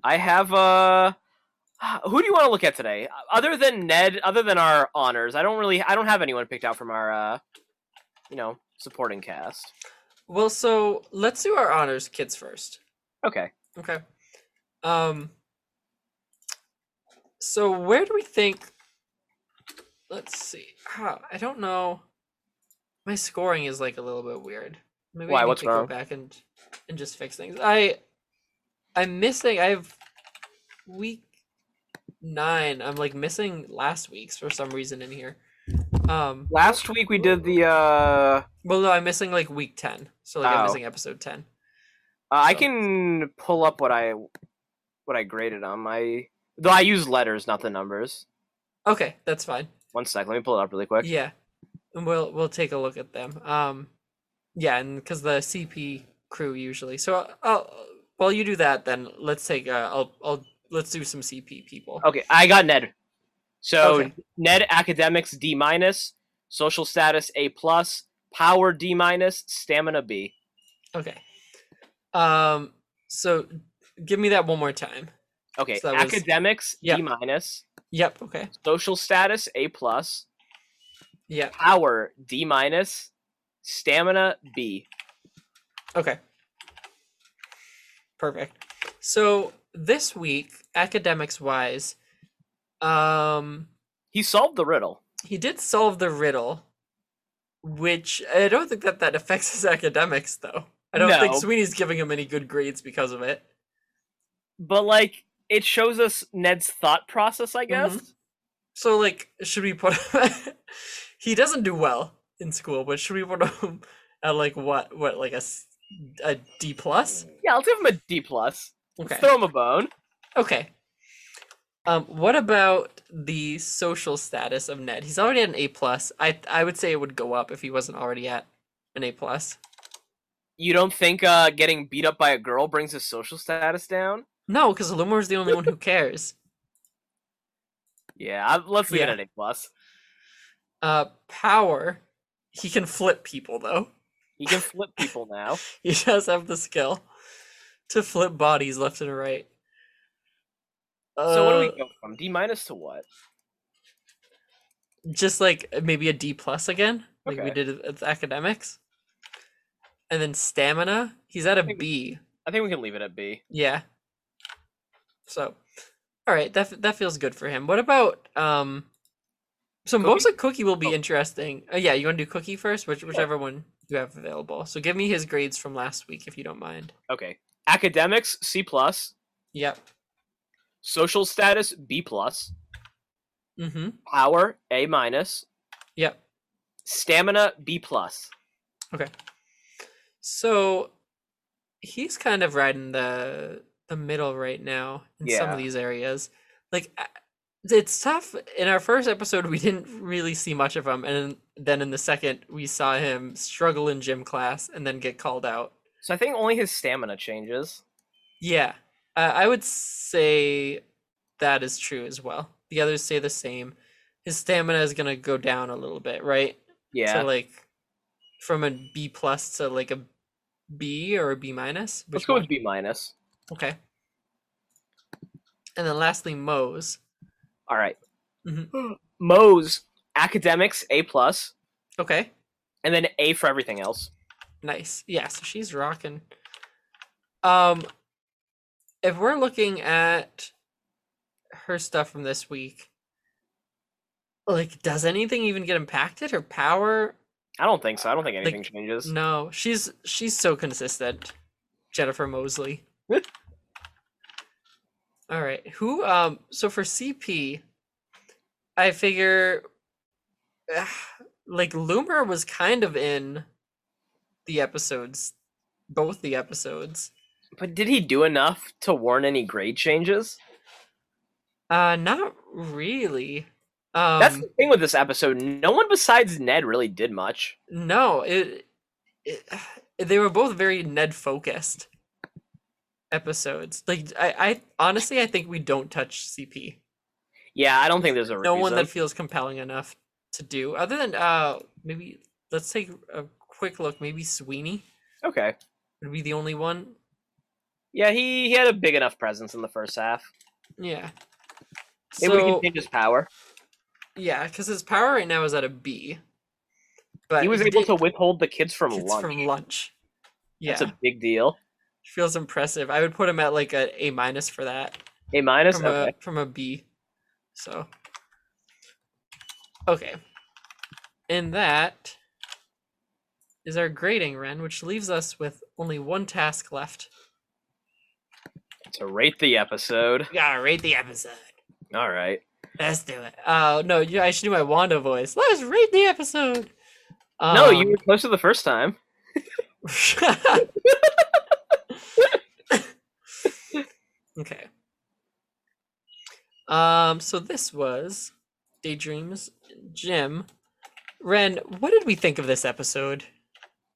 S2: I have uh who do you want to look at today? Other than Ned, other than our honors, I don't really I don't have anyone picked out from our uh you know, supporting cast.
S1: Well, so let's do our honors kids first.
S2: Okay.
S1: Okay. Um. So where do we think? Let's see. Ah, I don't know. My scoring is like a little bit weird. Maybe
S2: Why,
S1: I need
S2: what's
S1: to
S2: wrong?
S1: go back and and just fix things. I I'm missing. I have week nine. I'm like missing last week's for some reason in here. Um.
S2: Last week we did the uh, uh
S1: Well, no, I'm missing like week ten. So like I'm
S2: Oh.
S1: missing episode ten.
S2: I
S1: So-
S2: can pull up what I what I graded them. I though I use letters, not the numbers.
S1: Okay, that's fine.
S2: One sec, let me pull it up really quick.
S1: Yeah, and we'll we'll take a look at them. Um, yeah, and because the CP crew usually. So I'll, I'll while you do that, then let's take. Uh, I'll I'll let's do some CP people.
S2: Okay, I got Ned. So
S1: Okay.
S2: Ned academics D minus, social status A plus, power D minus, stamina B.
S1: Okay. Um. So give me that one more time.
S2: Okay,
S1: So that was-
S2: academics
S1: yeah.
S2: D minus,
S1: Yep. Okay.
S2: social status A plus,
S1: Yeah.
S2: power D minus, stamina B.
S1: Okay. Perfect. So this week, academics wise, um,
S2: He solved the riddle.
S1: he did solve the riddle, which I don't think that that affects his academics though. I don't think
S2: No.
S1: Sweeney's giving him any good grades because of it.
S2: But like it shows us Ned's thought process, I guess.
S1: Mm-hmm. So like, should we put him? he doesn't do well in school, but should we put him at like what? What like a s- a D plus?
S2: Yeah, I'll give him a D plus.
S1: Okay.
S2: Let's throw him a bone.
S1: Okay. Um, what about the social status of Ned? He's already at an A plus. I I would say it would go up if he wasn't already at an A plus.
S2: You don't think uh, getting beat up by a girl brings his social status down?
S1: No, because Lumor's the only one who cares.
S2: Yeah, I, let's leave
S1: Yeah.
S2: it at A plus.
S1: Uh, power. He can flip people though.
S2: He can flip people now.
S1: He does have the skill to flip bodies left and right.
S2: So what do
S1: Uh,
S2: we go from D minus to what?
S1: just like uh, maybe a D plus again, like we
S2: Okay.
S1: did with academics. And then stamina. He's at a
S2: think-
S1: B.
S2: I think we can leave it at B.
S1: Yeah. So, all right, that f- that feels good for him. What about um? So
S2: Cookie?
S1: most of Cookie will be
S2: Oh.
S1: interesting. Oh yeah, you want to do Cookie first, which whichever one you have available. So give me his grades from last week if you don't mind.
S2: Okay. Academics C plus.
S1: Yep.
S2: Social status B plus.
S1: Mm-hmm.
S2: Power A minus.
S1: Yep.
S2: Stamina B plus.
S1: So he's kind of riding the the middle right now in some
S2: Yeah.
S1: of these areas. Like I- it's tough. In our first episode, we didn't really see much of him, and then in the second, we saw him struggle in gym class and then get called out.
S2: So I think only his stamina changes.
S1: Yeah, uh, I would say that is true as well. The others say the same. His stamina is gonna go down a little bit, right?
S2: Yeah.
S1: To like from a B plus to like a B or a B minus.
S2: Let's
S1: Which
S2: go
S1: one?
S2: with B minus.
S1: Okay. And then lastly, Moe's.
S2: All right.
S1: Mhm.
S2: Moe's academics A plus,
S1: Okay,
S2: and then A for everything else.
S1: nice. Yeah, so she's rocking. Um, if we're looking at her stuff from this week, like, does anything even get impacted? Her power?
S2: I don't think so. I don't think anything changes.
S1: No, she's she's so consistent. Jennifer Mosley. All right. Who um so for CP I figure like Loomer was kind of in the episodes both the episodes.
S2: But did he do enough to warn any grade changes?
S1: Uh not really. Um
S2: That's the thing with this episode. No one besides Ned really did much.
S1: no, it, it they were both very Ned focused episodes. Like I, I honestly I think we don't touch CP.
S2: Yeah, I don't think there's a
S1: no one that
S2: reason.
S1: feels compelling enough to do other than uh maybe let's take a quick look maybe sweeney
S2: Okay.
S1: would be the only one
S2: Yeah, he, he had a big enough presence in the first half.
S1: yeah
S2: Maybe we
S1: so
S2: can change his power.
S1: yeah because his power right now is at a b but
S2: He was able
S1: uh, did-
S2: to withhold the kids from
S1: it's
S2: lunch.
S1: from lunch yeah
S2: That's a big deal.
S1: feels impressive i would put him at like a a minus for that
S2: A minus.
S1: from
S2: Okay.
S1: a from a B. So okay, and that is our grading, Ren, which leaves us with only one task left.
S2: To rate the episode.
S1: We gotta rate the episode.
S2: All right.
S1: Let's do it. Oh no, you, I should do my Wanda voice. Let's rate the episode.
S2: no, you
S1: Um,
S2: were close to the first time.
S1: okay. Um, so this was Daydreams Jim. Ren, what did we think of this episode?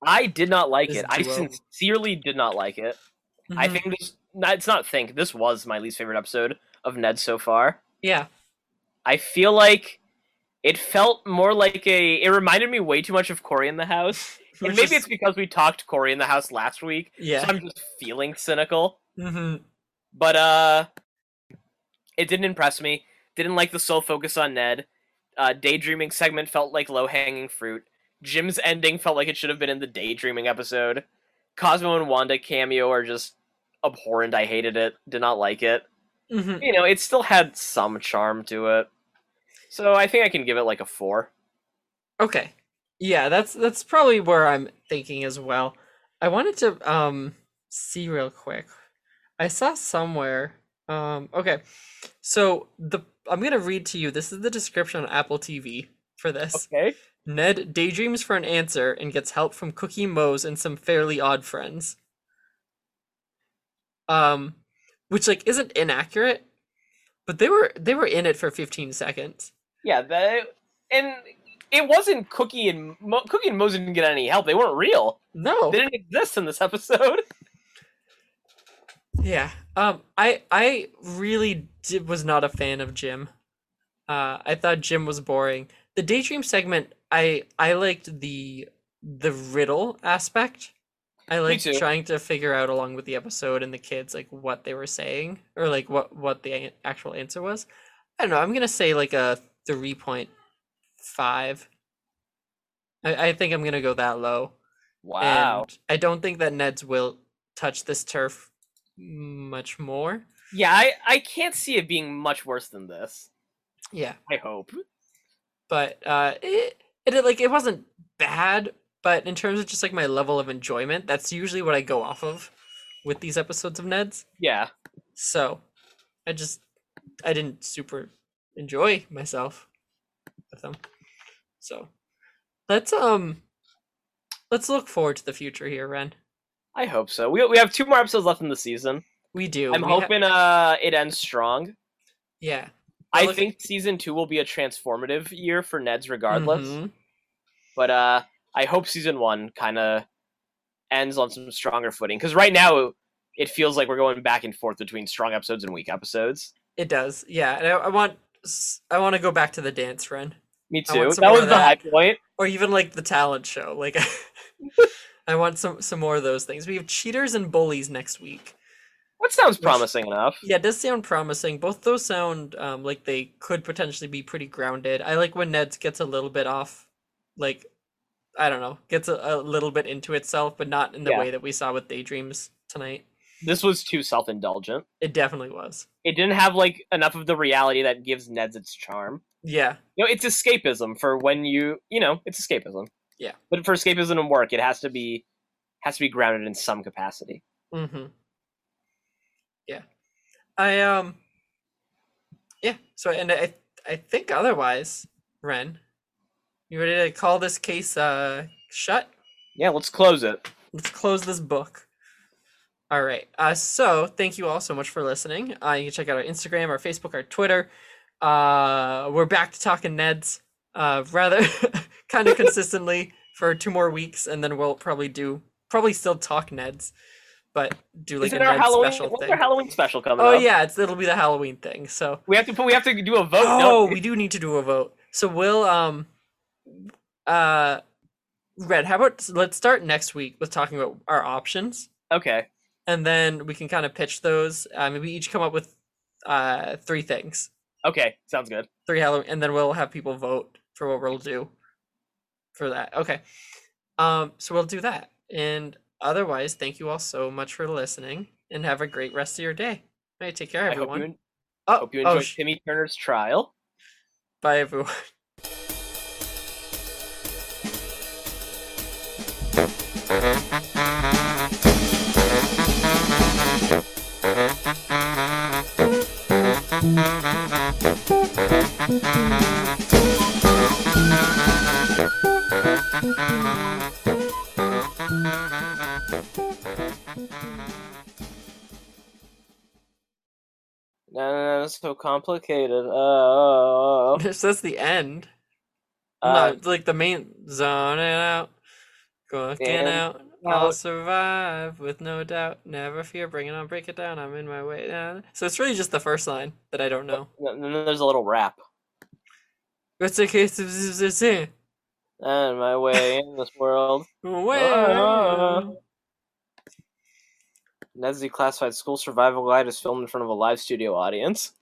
S2: I did not like
S1: This
S2: it. I
S1: duo.
S2: sincerely did not like it. I
S1: Mhm.
S2: think this. no, It's not think. This was my least favorite episode of Ned so far.
S1: Yeah.
S2: I feel like it felt more like a. It reminded me way too much of Corey in the House.
S1: we're
S2: and maybe
S1: just-
S2: it's because we talked Corey in the House last week.
S1: yeah.
S2: So I'm just feeling cynical.
S1: hmm
S2: But uh it didn't impress me. Didn't like the sole focus on Ned. Uh daydreaming segment felt like low hanging fruit. Jim's ending felt like it should have been in the daydreaming episode. Cosmo and Wanda cameo are just abhorrent. I hated it. Did not like it.
S1: hmm
S2: You know, it still had some charm to it. So I think I can give it like a 4.
S1: Okay. Yeah, that's that's probably where I'm thinking as well. I wanted to um see real quick. I saw somewhere. Um okay. So the I'm going to read to you. This is the description on Apple TV for this.
S2: Okay.
S1: Ned daydreams for an answer and gets help from Cookie Mose and some fairly odd friends. Um which like isn't inaccurate, but they were they were in it for 15 seconds.
S2: Yeah, that and it wasn't Cookie and Mo- Cookie and Mose didn't get any help. They weren't real.
S1: No.
S2: They didn't exist in this episode.
S1: Yeah. Um I I really did, was not a fan of Jim. Uh I thought Jim was boring. The daydream segment I I liked the the riddle aspect. I liked
S2: too.
S1: trying to figure out along with the episode and the kids like what they were saying or like what what the an- actual answer was. I don't know. I'm going to say like a 3.5. I I think I'm going to go that low.
S2: Wow.
S1: And I don't think that Neds will touch this turf much more.
S2: Yeah, I, I can't see it being much worse than this.
S1: Yeah,
S2: I hope.
S1: but uh, it, it like it wasn't bad, but in terms of just like my level of enjoyment, that's usually what I go off of with these episodes of Neds.
S2: Yeah.
S1: So I just I didn't super enjoy myself with them. So let's um let's look forward to the future here, Ren.
S2: I hope so. We, we have two more episodes left in the season.
S1: We do.
S2: I'm
S1: we ha-
S2: hoping uh it ends strong.
S1: yeah.
S2: I
S1: look-
S2: think season two will be a transformative year for Ned's regardless.
S1: mhm.
S2: But uh I hope season one kinda ends on some stronger footing. Because right now it feels like we're going back and forth between strong episodes and weak episodes.
S1: It does, yeah. And I, I want, s- I want to go back to the dance run,
S2: Me
S1: I want
S2: too.
S1: some
S2: That
S1: more
S2: was
S1: of
S2: the high
S1: that.
S2: point.
S1: or even like the talent show. Like, I want some some more of those things. We have cheaters and bullies next week.
S2: What sounds
S1: Which-
S2: promising enough.
S1: Yeah, it does sound promising. Both those sound um, like they could potentially be pretty grounded. I like when Ned gets a little bit off, like, I don't know, gets a, a little bit into itself, but not in the
S2: Yeah.
S1: way that we saw with Daydreams tonight.
S2: This was too self indulgent.
S1: It definitely was.
S2: It didn't have like enough of the reality that gives Ned's its charm.
S1: Yeah,
S2: you know, it's escapism for when you you know it's escapism
S1: Yeah.
S2: but for escapism to work it has to be has to be grounded in some capacity
S1: Mm-hmm. Yeah. I um yeah, so and I I think otherwise, Ren, you ready to call this case uh shut?
S2: Yeah, let's close it.
S1: Let's close this book. All right. Uh so thank you all so much for listening. Uh you can check out our Instagram, our Facebook, our Twitter. Uh we're back to talking Neds uh rather kind of consistently for two more weeks and then we'll probably do probably still talk Neds, but do like
S2: Isn't
S1: a
S2: our
S1: Ned
S2: Halloween?
S1: special
S2: What's
S1: thing.
S2: our Halloween special coming
S1: Oh
S2: up?
S1: yeah, it's it'll be the Halloween thing. So
S2: we have to put. We have to do a vote.
S1: oh,
S2: don't we?
S1: we do need to do a vote. So we'll um uh Red, how about let's start next week with talking about our options
S2: okay.
S1: and then we can kind of pitch those. Uh, maybe each come up with uh three things.
S2: Okay, sounds good.
S1: Three Halloween and then we'll have people vote for what we'll do for that. Okay. Um so we'll do that. And otherwise, thank you all so much for listening and have a great rest of your day. All right, take care
S2: I hope
S1: everyone.
S2: you, en-
S1: oh,
S2: hope you
S1: oh,
S2: enjoyed
S1: sh-
S2: Timmy Turner's trial.
S1: bye everyone.
S2: No, no, no, that's so complicated. Oh, oh, oh,
S1: so that's the end.
S2: oh. Uh,
S1: no, it's like the main zoning out, cooking
S2: And
S1: out. I'll
S2: out.
S1: survive with no doubt. Never fear. Bring it on. Break it down. I'm in my way. down. So it's really just the first line that I don't know.
S2: and then Uh, there's a little rap.
S1: It's a case of zing.
S2: And my way in this world.
S1: Well,
S2: Ned's declassified school survival guide is filmed in front of a live studio audience.